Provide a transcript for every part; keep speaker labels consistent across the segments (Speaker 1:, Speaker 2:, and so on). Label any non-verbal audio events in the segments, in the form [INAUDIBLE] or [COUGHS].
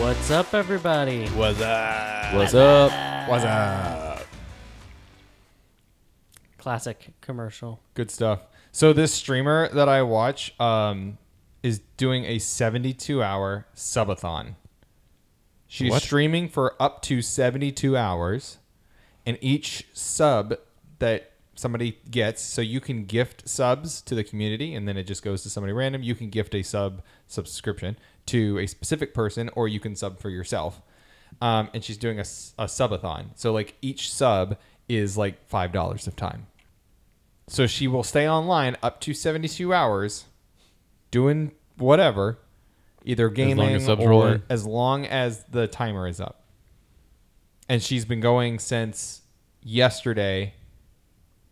Speaker 1: What's up, everybody?
Speaker 2: What's up?
Speaker 3: What's up?
Speaker 2: What's up?
Speaker 1: Classic commercial.
Speaker 2: Good stuff. So this streamer that I watch um, is doing a 72 hour subathon. She's
Speaker 3: What?
Speaker 2: streaming for up to 72 hours, and each sub that somebody gets, so you can gift subs to the community, and then it just goes to somebody random. You can gift a sub subscription to a specific person, or you can sub for yourself. Um, and she's doing a, s- a subathon. So, like, each sub is like $5 of time. So she will stay online up to 72 hours doing whatever, either gaming
Speaker 3: long as subs
Speaker 2: or
Speaker 3: roll in.
Speaker 2: as long as the timer is up. And she's been going since yesterday.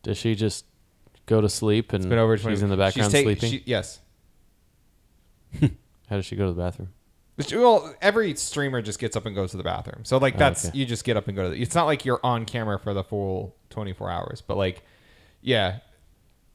Speaker 3: Does she just go to sleep and
Speaker 2: It's been over 20
Speaker 3: she's Hmm. in the background
Speaker 2: ta-
Speaker 3: sleeping?
Speaker 2: she- yes.
Speaker 3: How does she go to the bathroom?
Speaker 2: Which- Well, every streamer just gets up and goes to the bathroom. So like
Speaker 3: Oh,
Speaker 2: that's
Speaker 3: okay.
Speaker 2: you just get up and go to the. It's not like you're on camera for the full 24 hours, but like yeah.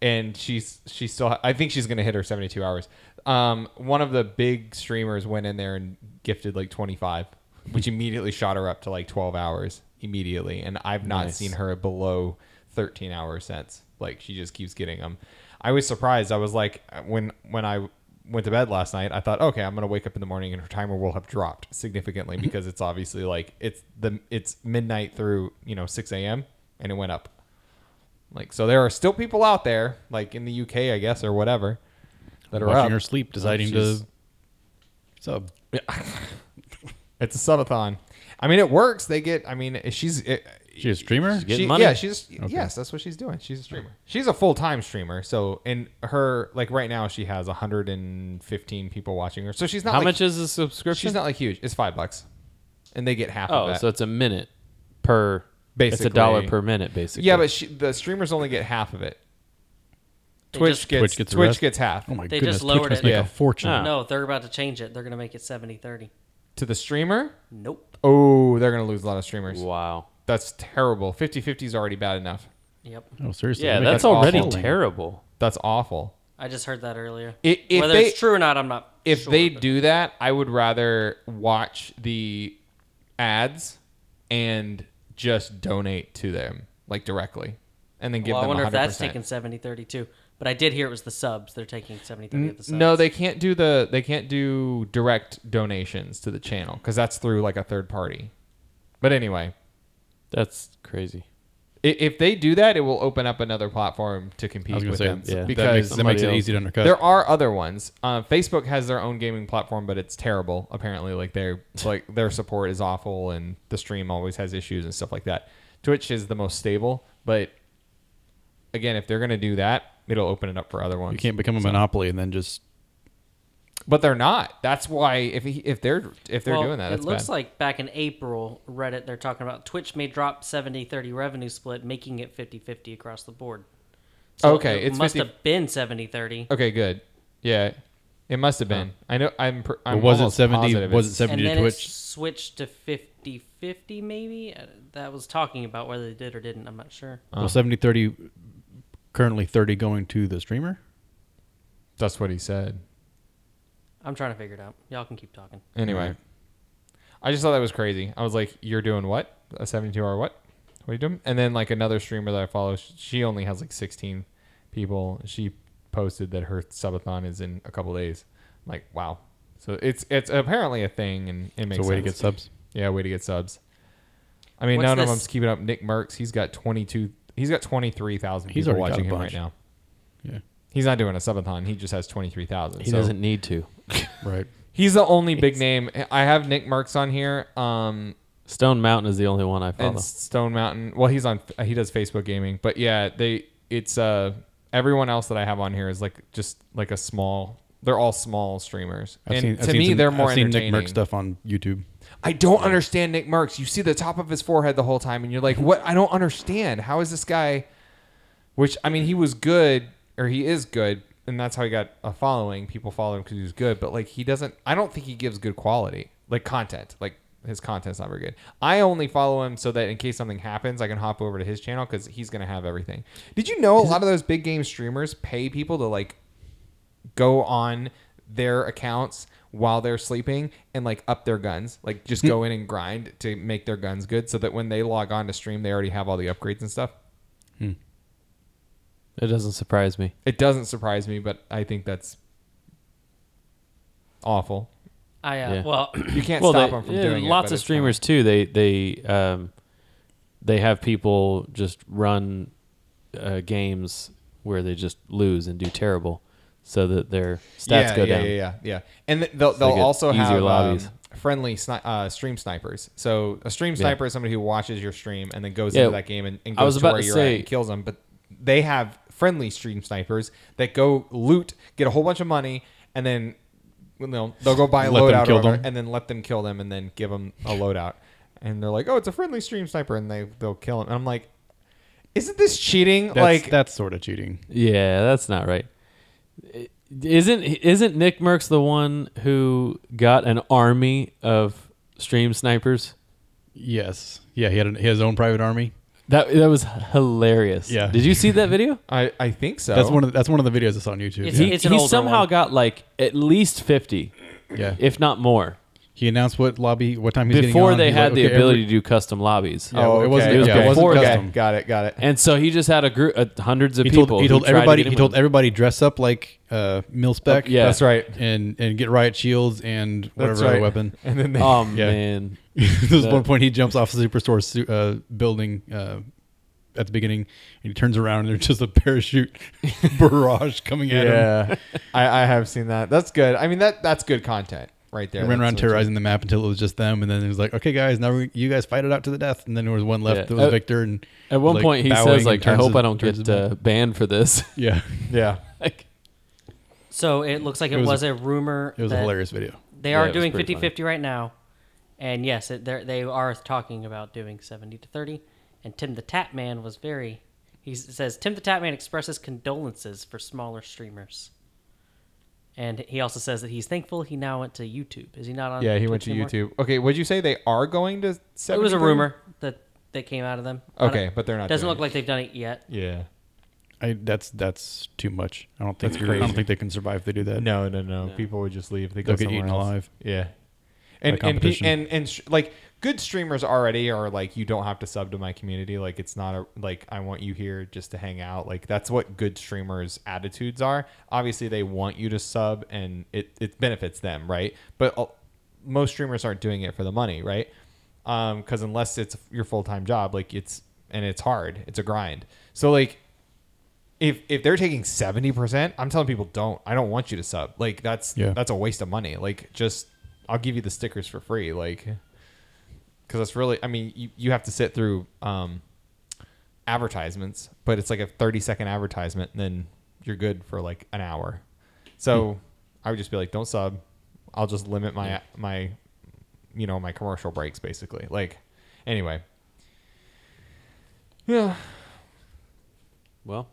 Speaker 2: And she's she's still I think she's going to hit her 72 hours. Um one of the big streamers went in there and gifted like 25, which immediately shot her up to like 12 hours immediately and I've not
Speaker 3: Nice.
Speaker 2: seen her below 13 hours since. Like she just keeps getting them. I was surprised. I was like uh, when when I went to bed last night, I thought, okay, I'm gonna wake up in the morning and her timer will have dropped significantly because it's obviously like it's the it's midnight through you know 6 a.m. and it went up. Like so, there are still people out there, like in the UK, I guess, or whatever, that are
Speaker 4: watching
Speaker 2: up.
Speaker 4: her sleep, deciding
Speaker 2: She's-
Speaker 4: to sub.
Speaker 2: It's a subathon. I mean, it works. They get. I mean, she's it,
Speaker 4: She's a streamer.
Speaker 3: Getting
Speaker 2: she,
Speaker 3: money?
Speaker 2: Yeah, she's yes, that's what she's doing. She's a streamer. She's a full time streamer. So and her like right now she has 115 people watching her. So she's not
Speaker 3: How
Speaker 2: like,
Speaker 3: much is the
Speaker 2: She's
Speaker 3: subscription?
Speaker 2: not like huge. It's five bucks, and they get half
Speaker 3: oh,
Speaker 2: of that.
Speaker 3: so it's a minute per. It's
Speaker 2: Basically.
Speaker 3: a dollar per minute, basically.
Speaker 2: yeah, but she, the streamers only get half of it.
Speaker 1: They
Speaker 2: Twitch
Speaker 1: just-
Speaker 2: gets
Speaker 4: Twitch gets the rest.
Speaker 2: half
Speaker 4: Oh my
Speaker 1: They
Speaker 4: goodness,
Speaker 1: just lowered
Speaker 4: Twitch must
Speaker 1: it.
Speaker 4: make
Speaker 2: Yeah.
Speaker 4: a fortune.
Speaker 3: Ah.
Speaker 1: No, they're about to change it. They're going to make it 70 30.
Speaker 2: to the streamer.
Speaker 1: Nope.
Speaker 2: Oh, they're gonna lose a lot of streamers.
Speaker 3: Wow.
Speaker 2: That's terrible. 50-50 is already bad enough.
Speaker 1: Yep.
Speaker 4: Oh, seriously.
Speaker 3: Yeah,
Speaker 4: make
Speaker 3: that's
Speaker 4: it
Speaker 3: already
Speaker 4: awful.
Speaker 3: terrible.
Speaker 2: That's awful.
Speaker 1: I just heard that earlier.
Speaker 2: I- if
Speaker 1: Whether
Speaker 2: they-
Speaker 1: it's true or not, I'm not.
Speaker 2: if
Speaker 1: sure,
Speaker 2: they
Speaker 1: but
Speaker 2: do that, I would rather watch the ads and just donate to them like directly, and then give
Speaker 1: well, I
Speaker 2: them.
Speaker 1: wonder
Speaker 2: 100%.
Speaker 1: if that's taking 70 30 too. But I did hear it was the subs. They're taking 70 30 of the subs.
Speaker 2: No, they can't do the they can't do direct donations to the channel because that's through like a third party. But anyway,
Speaker 3: That's crazy.
Speaker 2: i- if they do that, it will open up another platform to
Speaker 4: I
Speaker 2: compete
Speaker 4: was gonna
Speaker 2: with
Speaker 4: say
Speaker 2: them.
Speaker 4: yeah. that
Speaker 2: because
Speaker 4: makes, that makes it
Speaker 3: somebody
Speaker 4: easy to undercut.
Speaker 2: There are other ones. Uh, Facebook has their own gaming platform, but it's terrible. Apparently, like their like their support is awful, and the stream always has issues and stuff like that. Twitch is the most stable, but again, if they're gonna do that, it'll open it up for other ones.
Speaker 4: you can't become a monopoly and then just
Speaker 2: but they're not. That's why if he, if they're if they're
Speaker 1: Well,
Speaker 2: doing that,
Speaker 1: It
Speaker 2: that's
Speaker 1: looks
Speaker 2: bad.
Speaker 1: like back in April, Reddit, they're talking about Twitch may drop 70 30 revenue split, making it 50 50 across the board.
Speaker 2: Okay,
Speaker 1: it
Speaker 2: it's
Speaker 1: must
Speaker 2: 50
Speaker 1: have been 70 30.
Speaker 2: okay, good. Yeah, it must have been. I know. I'm. pr- I'm
Speaker 4: But was it
Speaker 2: almost
Speaker 4: 70
Speaker 2: positive
Speaker 4: was it
Speaker 2: it's-
Speaker 4: 70
Speaker 1: and
Speaker 4: to
Speaker 1: then it
Speaker 4: Twitch?
Speaker 1: switched to 50 50 maybe Uh, that was talking about whether they did or didn't i'm not sure
Speaker 4: Well, 70 30 currently 30 going to the streamer?
Speaker 2: That's what he said.
Speaker 1: i'm trying to figure it out y'all can keep talking
Speaker 2: Anyway,
Speaker 4: Right.
Speaker 2: I just thought that was crazy. I was like, "You're doing what? A 72 hour what? What are you doing?" And then like another streamer that I follow, sh- she only has like 16 people. She posted that her subathon is in a couple days. I'm like, wow. So it's it's apparently a thing, and it makes
Speaker 4: It's a way to
Speaker 2: sense.
Speaker 4: get subs.
Speaker 2: Yeah, way to get subs. I mean,
Speaker 1: What's
Speaker 2: none of
Speaker 1: this-
Speaker 2: them's keeping up. Nick Merckx, he's got 22. He's got 23,000
Speaker 4: He's
Speaker 2: people
Speaker 4: already got
Speaker 2: watching
Speaker 4: a
Speaker 2: him right
Speaker 4: bunch.
Speaker 2: now.
Speaker 4: Yeah.
Speaker 2: He's not doing a subathon. He just has 23,000.
Speaker 3: He
Speaker 2: so-
Speaker 3: doesn't need to.
Speaker 4: Right.
Speaker 2: He's the only big name. I have Nick Merckx on here. Um,
Speaker 3: Stone Mountain is the only one I follow.
Speaker 2: and Stone Mountain. Well, he's on. He does Facebook gaming, but yeah, they. It's uh everyone else that I have on here is like just like a small. They're all small streamers,
Speaker 4: I've
Speaker 2: and
Speaker 4: seen,
Speaker 2: to
Speaker 4: I've seen
Speaker 2: me,
Speaker 4: some-
Speaker 2: they're more
Speaker 4: I've seen Nick
Speaker 2: entertaining.
Speaker 4: Merck stuff on YouTube.
Speaker 2: I don't understand Nick Merckx. You see the top of his forehead the whole time, and you're like, "What? I don't understand. How is this guy?" Which I mean, he was good, or he is good, and that's how he got a following. People follow him because he was good, but like he doesn't. I don't think he gives good quality like content. Like his content's not very good. I only follow him so that in case something happens, I can hop over to his channel because he's gonna have everything. Did you know a lot of those big game streamers pay people to like go on their accounts while they're sleeping and like up their guns. Like just
Speaker 3: Hmm.
Speaker 2: go in and grind to make their guns good so that when they log on to stream, they already have all the upgrades and stuff.
Speaker 3: It doesn't surprise me.
Speaker 2: It doesn't surprise me, but I think that's awful.
Speaker 1: I uh,
Speaker 3: Yeah.
Speaker 1: well, [CLEARS THROAT]
Speaker 2: You can't
Speaker 3: well,
Speaker 2: stop
Speaker 3: they-
Speaker 2: them from
Speaker 3: yeah,
Speaker 2: doing it.
Speaker 3: lots
Speaker 2: but
Speaker 3: of
Speaker 2: it's
Speaker 3: streamers too. They they um, they have people just run uh, games where they just lose and do terrible, so that their stats
Speaker 2: yeah,
Speaker 3: go
Speaker 2: yeah,
Speaker 3: down.
Speaker 2: Yeah, yeah, yeah. And th- they'll, they'll
Speaker 3: get
Speaker 2: also
Speaker 3: easier
Speaker 2: have um,
Speaker 3: lobbies.
Speaker 2: friendly sni- uh, stream snipers. So a stream sniper is somebody who watches your stream and then goes
Speaker 3: Yeah,
Speaker 2: into that game and, and
Speaker 3: I
Speaker 2: goes
Speaker 3: was
Speaker 2: to
Speaker 3: about
Speaker 2: where
Speaker 3: to
Speaker 2: you're at
Speaker 3: say-
Speaker 2: and kills them. But they have friendly stream snipers that go loot, get a whole bunch of money, and then you know, they'll go buy a
Speaker 4: Let them
Speaker 2: loadout or
Speaker 4: kill
Speaker 2: whatever,
Speaker 4: them.
Speaker 2: and then let them kill them and then give them a loadout. And they're like, oh, it's a friendly stream sniper, and they they'll kill him. And I'm like, isn't this cheating?
Speaker 4: That's,
Speaker 2: like
Speaker 4: that's sort of cheating.
Speaker 3: Yeah, that's not right. I- Isn't isn't Nick Merckx the one who got an army of stream snipers?
Speaker 4: Yes. Yeah. He had, an, he had his own private army.
Speaker 3: That that was hilarious.
Speaker 4: Yeah.
Speaker 3: Did you see
Speaker 2: [LAUGHS]
Speaker 3: that video?
Speaker 2: I, I think so.
Speaker 4: That's one of the, that's one of the videos that's on YouTube.
Speaker 1: It's-
Speaker 4: yeah.
Speaker 1: he- an
Speaker 3: he
Speaker 1: older
Speaker 3: somehow
Speaker 1: one.
Speaker 3: got like at least fifty,
Speaker 4: yeah.
Speaker 3: if not more,
Speaker 4: He announced what lobby, what time he's getting
Speaker 3: before
Speaker 4: on.
Speaker 3: they
Speaker 4: He's
Speaker 3: had
Speaker 4: like,
Speaker 3: the
Speaker 4: okay,
Speaker 3: ability
Speaker 4: every-
Speaker 3: to do custom lobbies.
Speaker 4: Yeah.
Speaker 2: oh,
Speaker 4: it wasn't-
Speaker 2: okay.
Speaker 3: it was
Speaker 2: okay.
Speaker 3: before
Speaker 2: Okay,
Speaker 4: custom.
Speaker 2: Got it. Got it.
Speaker 3: And so he just had a group, uh, hundreds of
Speaker 4: he
Speaker 3: people.
Speaker 4: told, he
Speaker 3: who
Speaker 4: told
Speaker 3: tried to
Speaker 4: everybody.
Speaker 3: get him
Speaker 4: He told
Speaker 3: in.
Speaker 4: everybody dress up like uh, Milspec.
Speaker 3: yeah.
Speaker 2: That's right.
Speaker 4: And and get riot shields and whatever
Speaker 2: That's
Speaker 4: other
Speaker 2: right.
Speaker 3: [LAUGHS]
Speaker 4: weapon.
Speaker 2: [LAUGHS]
Speaker 4: [LAUGHS]
Speaker 2: And then [LAUGHS] they,
Speaker 3: Oh
Speaker 4: Yeah.
Speaker 3: man,
Speaker 4: There's
Speaker 3: The-
Speaker 4: one point he jumps off a superstore su- uh, building uh, at the beginning, and he turns around and there's just a parachute [LAUGHS] barrage coming at him.
Speaker 2: yeah, [LAUGHS] I, I have seen that. That's good. I mean that that's good content right there.
Speaker 4: He ran
Speaker 2: That's
Speaker 4: around
Speaker 2: legit.
Speaker 4: terrorizing the map until it was just them, and then it was like, "Okay, guys, now we, you guys fight it out to the death." And then there was one left
Speaker 3: Yeah.
Speaker 4: that was
Speaker 3: Uh,
Speaker 4: Victor, and
Speaker 3: at one
Speaker 4: like,
Speaker 3: point he
Speaker 4: bowing
Speaker 3: says
Speaker 4: and
Speaker 3: like, "I
Speaker 4: turns
Speaker 3: hope
Speaker 4: his-
Speaker 3: I don't
Speaker 4: turns
Speaker 3: get
Speaker 4: his back.
Speaker 3: uh, banned for this." [LAUGHS]
Speaker 4: yeah." [LAUGHS]
Speaker 2: Yeah,
Speaker 3: like,
Speaker 1: so it looks like it,
Speaker 4: was
Speaker 1: was, a, rumor.
Speaker 4: It was a
Speaker 1: that
Speaker 4: hilarious video.
Speaker 1: They
Speaker 3: Yeah, it
Speaker 1: are
Speaker 3: was
Speaker 1: doing 50
Speaker 3: pretty funny.
Speaker 1: 50 right now. And yes, it, they're- they are talking about doing 70 to 30. And Tim the Tap Man was very. He s- says, Tim the Tap Man expresses condolences for smaller streamers. And he also says that he's thankful he now went to YouTube. Is he not on
Speaker 2: yeah. He went
Speaker 1: Twitch
Speaker 2: to
Speaker 1: anymore?
Speaker 2: YouTube. Okay, would you say they are going to? 70,
Speaker 1: It was a rumor that, that came out of them. I don't-
Speaker 2: Okay, but they're not.
Speaker 1: Doesn't
Speaker 2: doing
Speaker 1: look like they've done it yet.
Speaker 2: it. Yeah.
Speaker 4: I, that's that's too much. I don't think
Speaker 2: That's
Speaker 4: you're- I
Speaker 2: crazy.
Speaker 4: don't think they can survive if they do that.
Speaker 2: No, no, no.
Speaker 3: No.
Speaker 2: People would just leave. They go
Speaker 4: They'll get
Speaker 2: somewhere
Speaker 4: eaten
Speaker 2: else.
Speaker 4: alive.
Speaker 2: Yeah. And and,
Speaker 4: By
Speaker 2: pe-
Speaker 4: competition.
Speaker 2: and and sh- like good streamers already are like you don't have to sub to my community. Like it's not a like I want you here just to hang out. Like that's what good streamers' attitudes are. Obviously, they want you to sub, and it it benefits them, right? But uh, most streamers aren't doing it for the money, right? Because unless it's your full time job, like it's and it's hard. It's a grind. So like if if they're taking 70% i'm telling people don't i don't want you to sub like that's
Speaker 4: Yeah.
Speaker 2: that's a waste of money like just i'll give you the stickers for free like because that's really i mean you, you have to sit through um advertisements but it's like a 30 second advertisement and then you're good for like an hour so i would just be like don't sub i'll just limit my my you know my commercial breaks basically like anyway yeah
Speaker 3: well,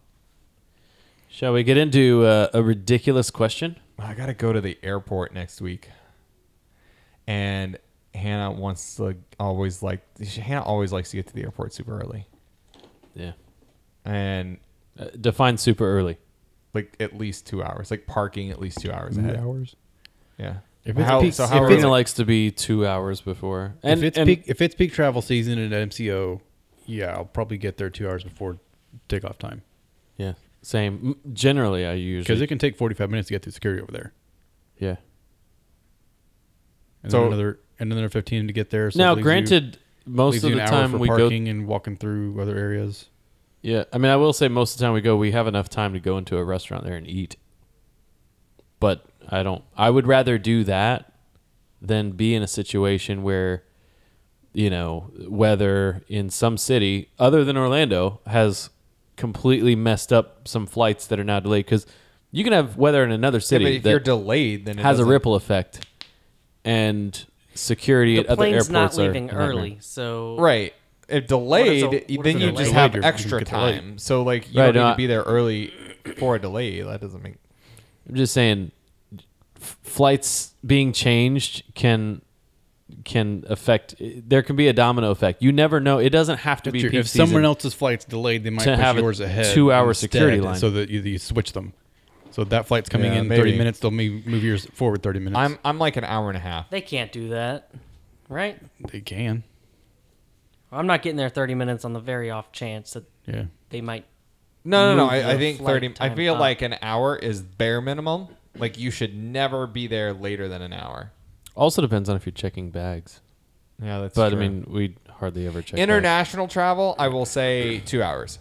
Speaker 3: shall we get into uh, a ridiculous question?
Speaker 2: I gotta go to the airport next week, and Hannah wants to always like Hannah always likes to get to the airport super early,
Speaker 3: Yeah.
Speaker 2: and
Speaker 3: Uh, define super early.
Speaker 2: like at least two hours, like parking at least two hours ahead.
Speaker 4: Two hours.
Speaker 2: Yeah.
Speaker 4: If it's
Speaker 2: How-
Speaker 4: peak-
Speaker 2: so
Speaker 4: if
Speaker 2: how
Speaker 4: it's
Speaker 2: early?
Speaker 3: Athena likes to be two hours before, and,
Speaker 4: if it's
Speaker 3: and
Speaker 4: peak, if it's peak travel season at MCO, yeah, I'll probably get there two hours before takeoff time
Speaker 3: yeah, same. M- Generally, I
Speaker 4: because
Speaker 3: usually
Speaker 4: it can take forty five minutes to get through security over there,
Speaker 3: yeah.
Speaker 4: and
Speaker 2: So-
Speaker 4: then another and another fifteen to get there. So it
Speaker 3: now,
Speaker 4: leaves you-
Speaker 3: granted, most
Speaker 4: leaves
Speaker 3: of
Speaker 4: you
Speaker 3: the
Speaker 4: an hour
Speaker 3: time
Speaker 4: for
Speaker 3: we go
Speaker 4: parking and walking through other areas.
Speaker 3: Yeah, I mean, I will say most of the time we go, we have enough time to go into a restaurant there and eat. But I don't. I would rather do that than be in a situation where, you know, weather in some city other than Orlando has completely messed up some flights that are now delayed because you can have weather in another
Speaker 2: Yeah,
Speaker 3: city
Speaker 2: but if
Speaker 3: that
Speaker 2: you're delayed, then it
Speaker 3: has a
Speaker 2: doesn't-
Speaker 3: ripple effect, and security at
Speaker 1: The
Speaker 3: other airports
Speaker 1: plane's not
Speaker 3: are
Speaker 1: leaving
Speaker 3: a nightmare.
Speaker 1: early, so.
Speaker 2: Right. If delayed,
Speaker 1: What is a- what is
Speaker 2: then
Speaker 1: a
Speaker 2: you
Speaker 1: delay?
Speaker 2: just have
Speaker 4: Delayed, you're-
Speaker 2: extra
Speaker 4: you get delayed.
Speaker 2: time. So like you
Speaker 3: Right,
Speaker 2: don't need
Speaker 3: no,
Speaker 2: to
Speaker 3: I-
Speaker 2: be there early for a delay. That doesn't make
Speaker 3: I'm just saying, f- flights being changed can can affect. There can be a domino effect. You never know. It doesn't have to be
Speaker 4: If
Speaker 3: peak
Speaker 4: someone
Speaker 3: season.
Speaker 4: else's flight's delayed, they might
Speaker 3: to
Speaker 4: push
Speaker 3: have a
Speaker 4: yours ahead.
Speaker 3: two-hour
Speaker 4: instead
Speaker 3: security line.
Speaker 4: so that you, you switch them. So that flight's coming
Speaker 2: Yeah,
Speaker 4: in
Speaker 2: maybe.
Speaker 4: 30 minutes. They'll move, move yours forward 30 minutes.
Speaker 2: I'm I'm like an hour and a half.
Speaker 1: They can't do that, right?
Speaker 4: they can.
Speaker 1: I'm not getting there 30 minutes on the very off chance that
Speaker 4: Yeah.
Speaker 1: they might.
Speaker 2: No, no, no.
Speaker 1: Move
Speaker 2: I, I
Speaker 1: your
Speaker 2: think
Speaker 1: flight
Speaker 2: thirty. I
Speaker 1: time
Speaker 2: feel
Speaker 1: up.
Speaker 2: like an hour is bare minimum. Like you should never be there later than an hour.
Speaker 3: Also depends on if you're checking bags.
Speaker 2: Yeah, that's.
Speaker 3: But I mean, we hardly ever check. bags.
Speaker 2: international travel, I will say two hours.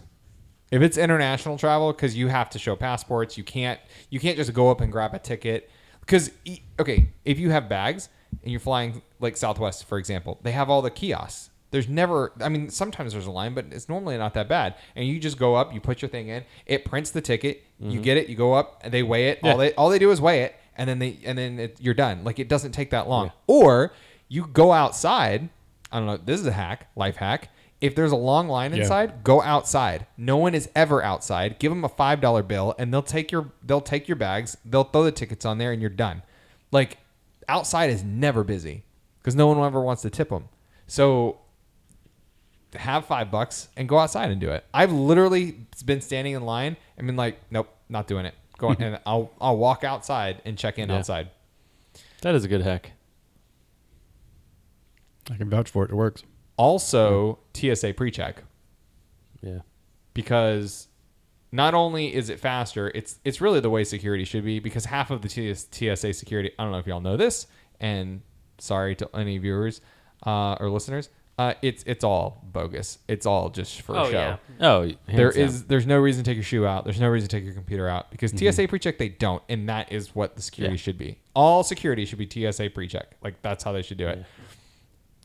Speaker 2: If it's international travel, because you have to show passports, you can't you can't just go up and grab a ticket. Because okay, if you have bags and you're flying like Southwest, for example, they have all the kiosks. There's never, I mean, sometimes there's a line, but it's normally not that bad. And you just go up, you put your thing in, it prints the ticket, you get it, you go up, and they weigh it. All they all they do is weigh it, and then they and then it, you're done. Like it doesn't take that long. Or you go outside I don't know. This is a hack, life hack. If there's a long line
Speaker 4: Yeah.
Speaker 2: inside, go outside. No one is ever outside. Give them a five dollar bill, and they'll take your they'll take your bags. They'll throw the tickets on there, and you're done. Like outside is never busy because no one ever wants to tip them. So have five bucks and go outside and do it. I've literally been standing in line and been like, nope, not doing it. Go on, and I'll I'll walk outside and check in
Speaker 3: Yeah.
Speaker 2: outside.
Speaker 3: that is a good hack.
Speaker 4: I can vouch for it. It works.
Speaker 2: Also, TSA pre-check.
Speaker 3: Yeah.
Speaker 2: because not only is it faster, it's it's really the way security should be because half of the TS, TSA security, I don't know if y'all know this, and sorry to any viewers uh, or listeners, uh, it's it's all bogus. It's all just for
Speaker 1: Oh,
Speaker 2: show.
Speaker 1: yeah.
Speaker 3: Oh, hands
Speaker 2: There
Speaker 3: down. Mm-hmm.
Speaker 2: is there's no reason to take your shoe out. There's no reason to take your computer out because TSA pre-check they don't, and that is what the security
Speaker 3: Yeah.
Speaker 2: should be. All security should be TSA pre-check. Like that's how they should do it.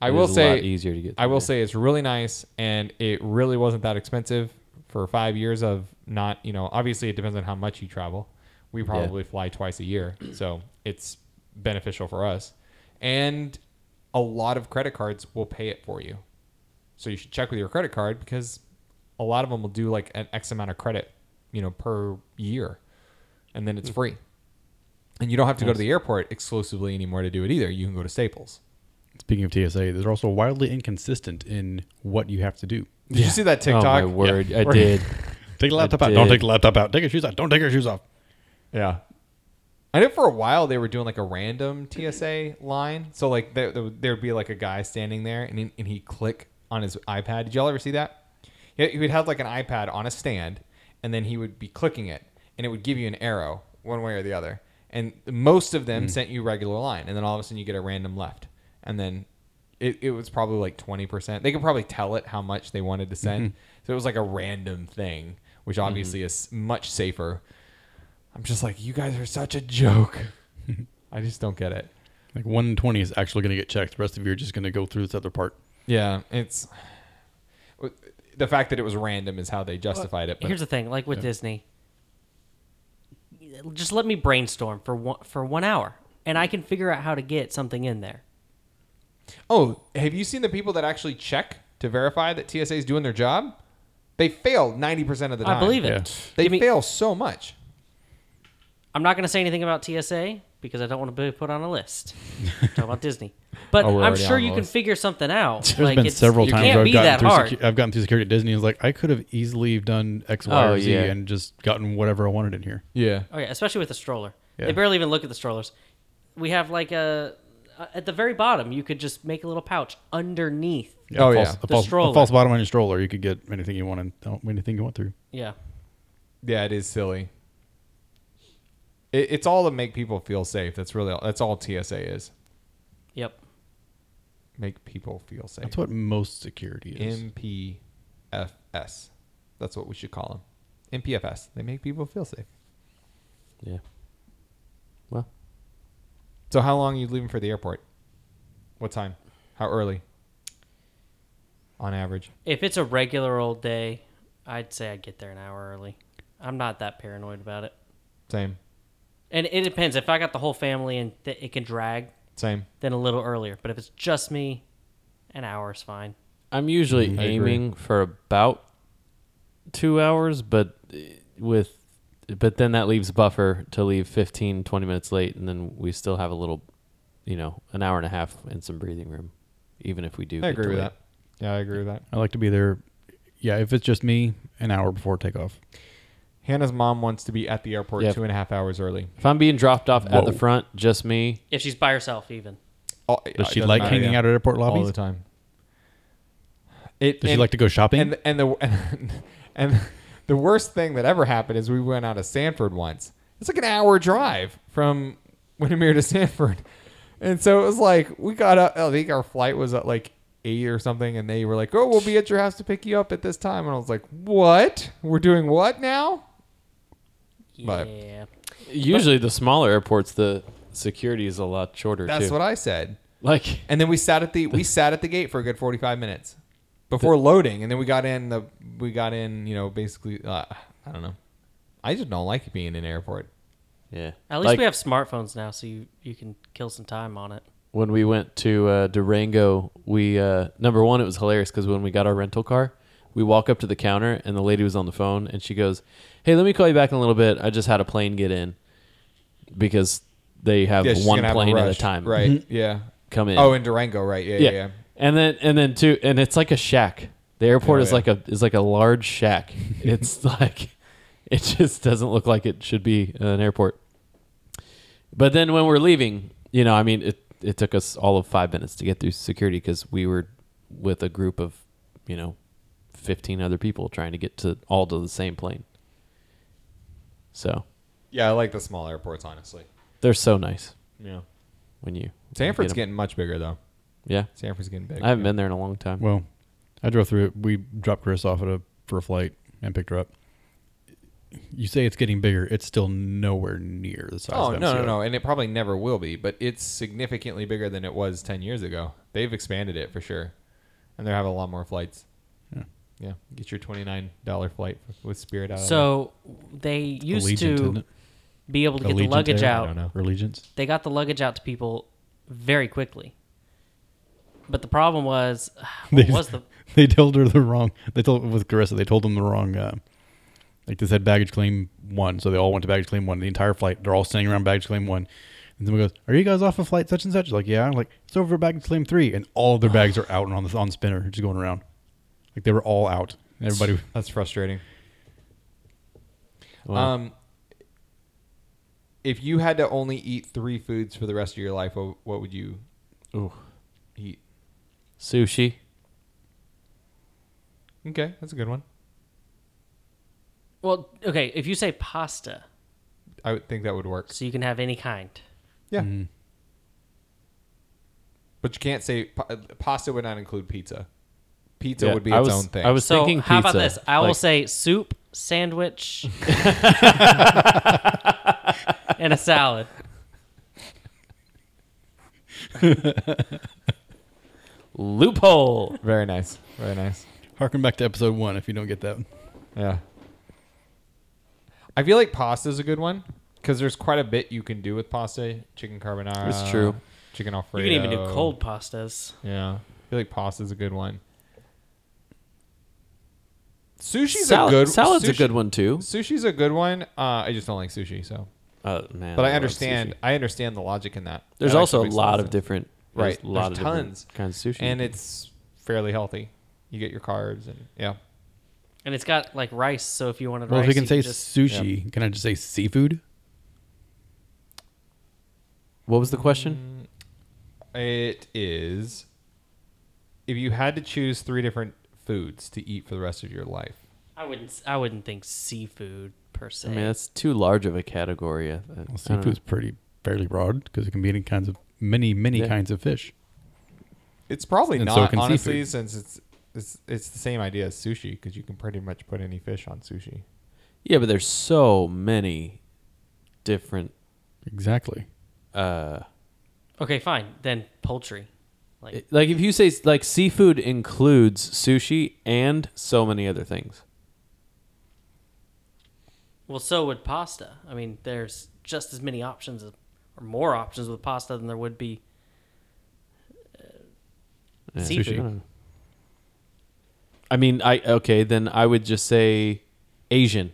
Speaker 2: I
Speaker 3: It
Speaker 2: will
Speaker 3: is a
Speaker 2: say
Speaker 3: lot easier to get.
Speaker 2: I
Speaker 3: through
Speaker 2: will
Speaker 3: there.
Speaker 2: say it's really nice, and it really wasn't that expensive for five years of not. You know, obviously it depends on how much you travel. We probably fly twice a year, [CLEARS THROAT] so it's beneficial for us. And a lot of credit cards will pay it for you, so you should check with your credit card because a lot of them will do like an X amount of credit, you know, per year, and then it's
Speaker 3: Hmm.
Speaker 2: free. And you don't have to go to the airport exclusively anymore to do it either. You can go to Staples.
Speaker 4: Speaking of TSA, they're also wildly inconsistent in what you have to do.
Speaker 2: Did you see that
Speaker 3: Oh
Speaker 2: TikTok?
Speaker 3: my word!
Speaker 2: [LAUGHS]
Speaker 3: I did.
Speaker 4: Take the laptop out.
Speaker 3: did.
Speaker 4: Don't take the laptop out. Take your shoes out. Don't take your shoes off.
Speaker 2: Yeah. I know for a while they were doing like a random TSA line. So like there, there- there'd be like a guy standing there and he, and he'd click on his iPad. Did y'all ever see that? He, he would have like an iPad on a stand and then he would be clicking it and it would give you an arrow one way or the other. And most of them sent you regular line and then all of a sudden you get a random left. And then it, it was probably like 20%. They could probably tell it how much they wanted to send. So it was like a random thing, which obviously is much safer. I'm just like, you guys are such a joke. I just don't get it.
Speaker 4: Like 120 is actually going to get checked. The rest of you are just going to go through this other part.
Speaker 2: Yeah, it's the fact that it was random is how they justified it. But
Speaker 1: Here's the thing, like with Disney, just let me brainstorm for one for one hour, and I can figure out how to get something in there.
Speaker 2: oh, have you seen the people that actually check to verify that TSA is doing their job? They fail 90% of the time.
Speaker 1: I believe it.
Speaker 4: Yeah.
Speaker 2: They
Speaker 1: Give me-
Speaker 2: fail so much.
Speaker 1: I'm not going to say anything about TSA because I don't want to be put on a
Speaker 4: [LAUGHS]
Speaker 1: list. Talk about Disney, but
Speaker 2: Oh, we're
Speaker 1: I'm
Speaker 2: already
Speaker 1: sure
Speaker 2: on the
Speaker 1: you can
Speaker 2: list.
Speaker 1: figure something out.
Speaker 4: [LAUGHS]
Speaker 1: [LAUGHS]
Speaker 4: There's
Speaker 1: like
Speaker 4: been
Speaker 1: it's-
Speaker 4: several
Speaker 1: it
Speaker 4: times
Speaker 1: can't
Speaker 4: where I've
Speaker 1: be that
Speaker 4: gotten, through
Speaker 1: hard.
Speaker 4: secu- I've gotten through security at Disney. and It's like I could have easily done X, Y,
Speaker 3: Oh,
Speaker 4: or Z
Speaker 3: yeah.
Speaker 4: and just gotten whatever I wanted in here.
Speaker 2: Yeah.
Speaker 1: Oh yeah, especially with the stroller.
Speaker 4: Yeah.
Speaker 1: They barely even look at the strollers. We have like a at the very bottom. You could just make a little pouch underneath.
Speaker 2: Oh,
Speaker 4: a
Speaker 2: yeah.
Speaker 4: false,
Speaker 2: The
Speaker 4: a false,
Speaker 1: stroller.
Speaker 4: a false bottom on your stroller. You could get anything you want and anything you want through.
Speaker 1: Yeah,
Speaker 2: Yeah, it is silly. It, it's all to make people feel safe. That's really all, that's all TSA is.
Speaker 1: yep.
Speaker 2: Make people feel safe.
Speaker 4: That's what most security is.
Speaker 2: MPFS. That's what we should call them. MPFS. They make people feel safe.
Speaker 3: Yeah. Well,
Speaker 2: So how long are you leaving for the airport? What time? How early? On average.
Speaker 1: If it's a regular old day, I'd say I'd get there an hour early. I'm not that paranoid about it.
Speaker 2: Same.
Speaker 1: And it depends. If I got the whole family and th- it can drag,
Speaker 2: Same.
Speaker 1: then a little earlier. But if it's just me, an hour is fine.
Speaker 3: I'm usually
Speaker 2: Mm, I agree.
Speaker 3: aiming for about two hours, but uh, with but then that leaves buffer to leave 15, 20 minutes late, and then we still have a little, you know, an hour and a half and some breathing room, even if we do.
Speaker 2: I
Speaker 3: get
Speaker 2: agree with
Speaker 3: delayed.
Speaker 2: that. Yeah, I agree with that.
Speaker 4: I like to be there. Yeah, if it's just me, an hour before takeoff.
Speaker 2: Hannah's mom wants to be at the airport
Speaker 3: Yeah.
Speaker 2: two and a half hours early.
Speaker 3: If I'm being dropped off at the
Speaker 4: Whoa.
Speaker 3: front, just me.
Speaker 1: If she's by herself, even.
Speaker 2: Oh,
Speaker 4: Does she like hanging out at airport
Speaker 2: all
Speaker 4: lobbies?
Speaker 2: the time? It,
Speaker 4: Does she
Speaker 2: and-
Speaker 4: like to go shopping?
Speaker 2: and and the and, [LAUGHS] and the worst thing that ever happened is we went out of Sanford once. It's like an hour drive from [LAUGHS] Windermere to Sanford, and so it was like we got up. I think our flight was at like eight or something, and they were like, "Oh, we'll be at your house to pick you up at this time." And I was like, "What? We're doing what now?" But-
Speaker 1: Yeah.
Speaker 3: Usually, the smaller airports, the security is a lot shorter.
Speaker 2: That's
Speaker 3: too.
Speaker 2: what I said.
Speaker 3: like.
Speaker 2: And then we sat at the we sat at the gate for a good forty five minutes before loading, and then we got in the we got in. You know, basically, uh, I don't know. I just don't like being in an airport.
Speaker 3: Yeah.
Speaker 1: At least
Speaker 3: Like
Speaker 1: we have smartphones now, so you, you can kill some time on it.
Speaker 3: when we went to uh, Durango, we uh, number one, it was hilarious because when we got our rental car, we walk up to the counter and the lady was on the phone and she goes, "Hey, let me call you back in a little bit. I just had a plane get in because they have
Speaker 2: Yeah, she's
Speaker 3: one
Speaker 2: gonna have
Speaker 3: plane at a
Speaker 2: rush.
Speaker 3: time Mm-hmm.
Speaker 2: Right. Yeah.
Speaker 3: come in.
Speaker 2: Oh, in Durango, right. Yeah, yeah, yeah.
Speaker 3: And then and then two and it's like a shack. The airport
Speaker 2: Oh,
Speaker 3: is
Speaker 2: yeah.
Speaker 3: like a is like a large
Speaker 2: [LAUGHS]
Speaker 3: shack. it's like it just doesn't look like it should be an airport. But then when we're leaving, you know, I mean, it it took us all of five minutes to get through security because we were with a group of, you know, fifteen other people trying to get to all to the same plane. So
Speaker 2: Yeah, I like the small airports, honestly.
Speaker 3: they're so nice
Speaker 2: Yeah.
Speaker 3: when you
Speaker 2: Sanford's
Speaker 3: get
Speaker 2: getting much bigger though.
Speaker 3: yeah.
Speaker 2: Sanford's getting big.
Speaker 3: I haven't been there in a long time.
Speaker 4: Well, I drove through it. We dropped Chris off at a for a flight and picked her up. You say it's getting bigger. It's still nowhere near the size.
Speaker 2: Oh
Speaker 4: of
Speaker 2: no, no,
Speaker 4: MCO.
Speaker 2: no, and it probably never will be, but it's significantly bigger than it was ten years ago. They've expanded it for sure, and they're having a lot more flights.
Speaker 4: Yeah.
Speaker 2: Yeah, get your twenty nine dollar flight with Spirit out. of
Speaker 1: So they used
Speaker 4: Allegiant, Uh, isn't
Speaker 1: to
Speaker 4: it?
Speaker 1: be able to get the
Speaker 4: Allegiant
Speaker 1: luggage
Speaker 4: Air?
Speaker 2: there. I don't
Speaker 1: out.
Speaker 2: know.
Speaker 4: Or Allegiance.
Speaker 1: They got the luggage out to people very quickly. But the problem was, [SIGHS] what
Speaker 4: They-
Speaker 1: was the
Speaker 4: [LAUGHS] They told her the wrong. They told with Carissa. They told them the wrong. Uh, like they said, baggage claim one. So they all went to baggage claim one. The entire flight, they're all standing around baggage claim one. And someone goes, "Are you guys off of flight such and such?" Like, yeah. I'm like, it's over at baggage claim three, and all of their bags are out and on the on spinner, just going around. Like they were all out.
Speaker 2: [SIGHS]
Speaker 4: Everybody. [LAUGHS]
Speaker 2: That's frustrating.
Speaker 3: Wow.
Speaker 2: Um, if you had to only eat three foods for the rest of your life, what, what would you
Speaker 3: Ooh.
Speaker 2: eat?
Speaker 3: Sushi.
Speaker 2: Okay, that's a good one.
Speaker 1: well? Okay, if you say pasta,
Speaker 2: I would think that would work.
Speaker 1: so you can have any kind.
Speaker 2: Yeah.
Speaker 3: Mm-hmm.
Speaker 4: Mhm.
Speaker 2: But you can't say pa- pasta would not include pizza. Pizza
Speaker 3: Yeah,
Speaker 2: would be
Speaker 3: I
Speaker 2: its
Speaker 3: was-
Speaker 2: own thing.
Speaker 3: I was
Speaker 1: So
Speaker 3: thinking
Speaker 1: how about
Speaker 3: pizza,
Speaker 1: this? I will
Speaker 3: like-
Speaker 1: say soup,
Speaker 3: [LAUGHS]
Speaker 1: sandwich, and a salad.
Speaker 3: Loophole.
Speaker 2: [LAUGHS] very nice. Very nice.
Speaker 4: Harken back to episode one if you don't get that.
Speaker 2: Yeah. I feel like pasta is a good one because there's quite a bit you can do with pasta. Chicken carbonara.
Speaker 3: It's true.
Speaker 2: Chicken alfredo.
Speaker 1: You can even do cold pastas.
Speaker 2: Yeah. I feel like pasta is a good one. Sushi's
Speaker 3: Salad-
Speaker 2: a good
Speaker 3: salad's a
Speaker 2: sushi-
Speaker 3: good one too.
Speaker 2: Sushi's a good one. Uh, I just don't like sushi, so.
Speaker 3: Uh, man,
Speaker 2: But I
Speaker 3: love
Speaker 2: understand.
Speaker 3: sushi.
Speaker 2: I understand the logic in that.
Speaker 3: There's
Speaker 2: That
Speaker 3: also a
Speaker 2: actually makes
Speaker 3: lot
Speaker 2: sense.
Speaker 3: of different,
Speaker 2: Right.
Speaker 3: there's A lot
Speaker 2: There's
Speaker 3: of different
Speaker 2: tons.
Speaker 3: kinds of sushi,
Speaker 2: and it's fairly healthy. You get your carbs and yeah.
Speaker 1: And it's got like rice, so if you wanted
Speaker 4: Well,
Speaker 1: rice,
Speaker 4: if we can
Speaker 1: you
Speaker 4: say
Speaker 1: could just
Speaker 4: sushi, can I just say seafood?
Speaker 3: what was the question?
Speaker 2: It is if you had to choose three different foods to eat for the rest of your life.
Speaker 1: I wouldn't. I wouldn't think seafood per se.
Speaker 3: I mean, that's too large of a category. I, I
Speaker 4: Well,
Speaker 3: don't know.
Speaker 4: seafood's pretty fairly broad because it can be any kinds of many many
Speaker 3: Yeah.
Speaker 4: kinds of fish.
Speaker 2: It's probably
Speaker 4: And so
Speaker 2: not
Speaker 4: can
Speaker 2: honestly
Speaker 4: seafood.
Speaker 2: since it's it's it's the same idea as sushi because you can pretty much put any fish on sushi.
Speaker 3: yeah, but there's so many different.
Speaker 4: Exactly.
Speaker 3: Uh,
Speaker 1: okay, fine. Then poultry. Like
Speaker 3: it- like if you say like seafood includes sushi and so many other things.
Speaker 1: Well, so would pasta. I mean, there's just as many options of- or more options with pasta than there would be.
Speaker 3: Yeah.
Speaker 1: Seafood.
Speaker 3: I don't know. I mean, I okay. Then I would just say Asian.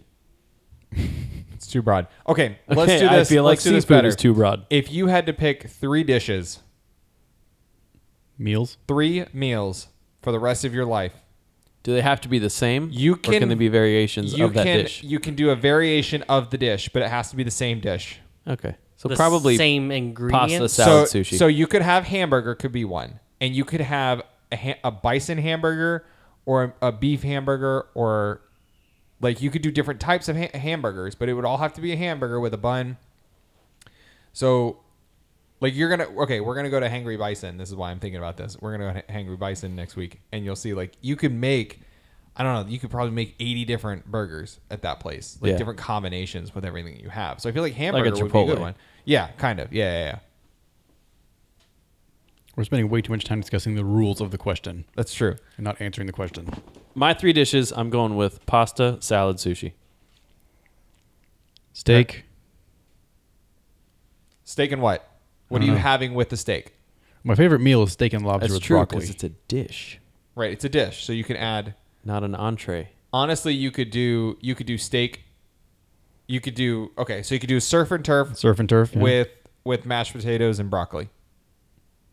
Speaker 2: It's too broad. Okay,
Speaker 3: Okay,
Speaker 2: let's do this.
Speaker 3: I feel like
Speaker 2: let's do this
Speaker 3: seafood
Speaker 2: better.
Speaker 3: is too broad.
Speaker 2: if you had to pick three dishes,
Speaker 4: Meals.
Speaker 2: three meals for the rest of your life,
Speaker 3: Do they have to be the same?
Speaker 2: You
Speaker 3: or can
Speaker 2: can-
Speaker 3: they be variations
Speaker 2: you
Speaker 3: of that
Speaker 2: can
Speaker 3: dish?
Speaker 2: you can do a variation of the dish, but it has to be the same dish.
Speaker 3: Okay, so
Speaker 1: the
Speaker 3: probably
Speaker 1: same
Speaker 3: pasta
Speaker 1: ingredients.
Speaker 3: salad
Speaker 2: so,
Speaker 3: sushi.
Speaker 2: So you could have hamburger could be one, and you could have a, ha- a bison hamburger or a, a beef hamburger or like you could do different types of ha- hamburgers, but it would all have to be a hamburger with a bun. So, like you're gonna okay, we're gonna go to Hangry Bison. This is why I'm thinking about this. We're gonna go to Hangry Bison next week, and you'll see like you could make. I don't know. You could probably make 80 different burgers at that place, like
Speaker 3: Yeah.
Speaker 2: different combinations with everything that you have. So I feel like hamburger would be a
Speaker 3: Chipotle.
Speaker 2: good one. Yeah, kind of. Yeah, yeah, yeah.
Speaker 4: We're spending way too much time discussing the rules of the question
Speaker 2: That's true.
Speaker 4: and not answering the question.
Speaker 3: My three dishes. I'm going with pasta, salad, sushi.
Speaker 4: Steak.
Speaker 2: Steak and what? What are
Speaker 4: Uh-huh.
Speaker 2: you having with the steak?
Speaker 4: My favorite meal is steak and lobster
Speaker 3: That's
Speaker 4: with
Speaker 3: true
Speaker 4: broccoli.
Speaker 3: because it's a dish,
Speaker 2: Right, it's a dish, so you can add.
Speaker 3: not an entree.
Speaker 2: Honestly, you could do you could do steak. You could do okay, so you could do surf and turf
Speaker 4: Surf and turf. yeah.
Speaker 2: with with mashed potatoes and broccoli.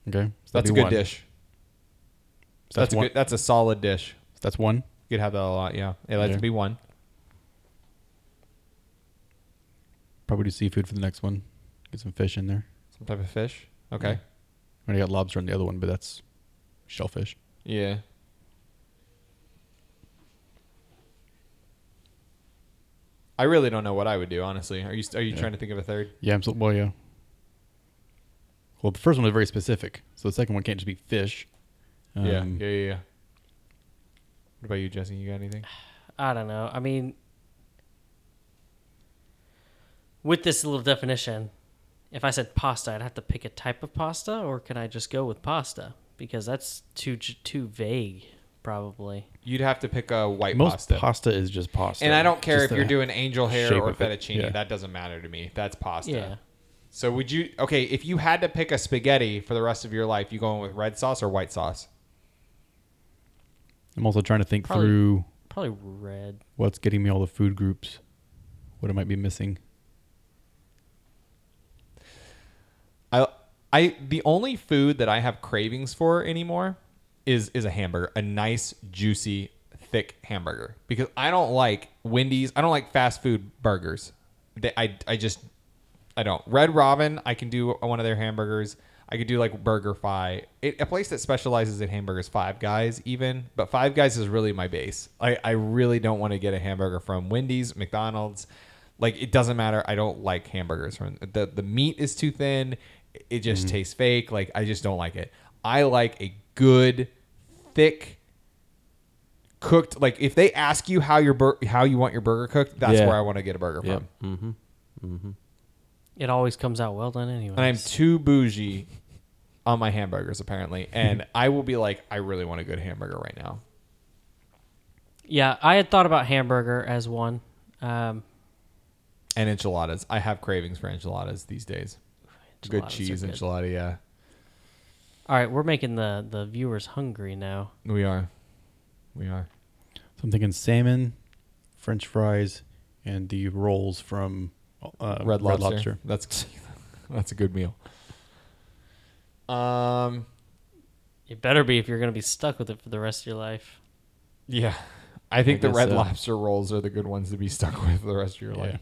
Speaker 4: okay, so that'd
Speaker 2: That's a
Speaker 4: be
Speaker 2: good
Speaker 4: one.
Speaker 2: dish.
Speaker 4: So
Speaker 2: that's
Speaker 4: that's
Speaker 2: a
Speaker 4: one.
Speaker 2: good, that's a solid dish.
Speaker 4: That's one.
Speaker 2: You could have that a lot, yeah. It
Speaker 4: Yeah.
Speaker 2: to be one.
Speaker 4: Probably do seafood for the next one. Get some fish in there.
Speaker 2: Some type of fish. Okay.
Speaker 4: I already got lobster on the other one, but that's shellfish.
Speaker 2: Yeah. I really don't know what I would do, honestly. Are you are you trying to think of a third?
Speaker 4: Yeah, I'm so, well, yeah. Well, the first one was very specific, so the second one can't just be fish.
Speaker 2: yeah,
Speaker 4: Um,
Speaker 2: yeah, yeah, yeah. What about you, Jesse? You got anything?
Speaker 1: I don't know. I mean, with this little definition, if I said pasta, I'd have to pick a type of pasta, or can I just go with pasta? Because that's too j- too vague, probably.
Speaker 2: You'd have to pick a white
Speaker 4: Most
Speaker 2: pasta.
Speaker 4: pasta. is just pasta.
Speaker 2: and I don't care
Speaker 4: Just
Speaker 2: if
Speaker 4: the-
Speaker 2: you're doing angel hair
Speaker 4: shape
Speaker 2: or
Speaker 4: of it,
Speaker 2: fettuccine.
Speaker 4: yeah.
Speaker 2: That doesn't matter to me. That's pasta.
Speaker 1: Yeah.
Speaker 2: So would you? Okay, if you had to pick a spaghetti for the rest of your life, you going with red sauce or white sauce?
Speaker 4: I'm also trying to think
Speaker 1: Probably-
Speaker 4: through
Speaker 1: Probably red.
Speaker 4: what's getting me all the food groups, what I might be missing.
Speaker 2: I I the only food that I have cravings for anymore is is a hamburger, a nice juicy thick hamburger because I don't like Wendy's. I don't like fast food burgers. They, I I just I don't. Red Robin, I can do one of their hamburgers. I could do like Burger Fi, it, a place that specializes in hamburgers. Five Guys, even, but Five Guys is really my base. I, I really don't want to get a hamburger from Wendy's, McDonald's. Like it doesn't matter. I don't like hamburgers from the the meat is too thin. It just
Speaker 3: Mm-hmm.
Speaker 2: tastes fake. Like I just don't like it. I like a good, thick, cooked. Like if they ask you how your bur- how you want your burger cooked, that's
Speaker 3: Yeah. Mm.
Speaker 2: where I want to get a burger
Speaker 3: Yep.
Speaker 2: from.
Speaker 1: It always comes out well done anyway.
Speaker 2: and I'm too bougie on my hamburgers
Speaker 3: [LAUGHS]
Speaker 2: apparently, and I will be like, I really want a good hamburger right now.
Speaker 1: yeah, I had thought about hamburger as one. Um,
Speaker 2: And enchiladas, I have cravings for enchiladas these days. Good
Speaker 1: enchiladas are
Speaker 2: cheese
Speaker 1: good.
Speaker 2: enchilada, yeah,
Speaker 1: All right, we're making the the viewers hungry now.
Speaker 2: we are, we are.
Speaker 4: So I'm thinking salmon, French fries, and the rolls from uh,
Speaker 2: um, Red lobster. That's [LAUGHS] that's a good meal. Um,
Speaker 1: It better be if you're going to be stuck with it for the rest of your life.
Speaker 2: yeah, I think the
Speaker 3: guess
Speaker 2: red
Speaker 3: so.
Speaker 2: lobster rolls are the good ones to be [LAUGHS] stuck with for the rest of your
Speaker 4: Yeah.
Speaker 2: life.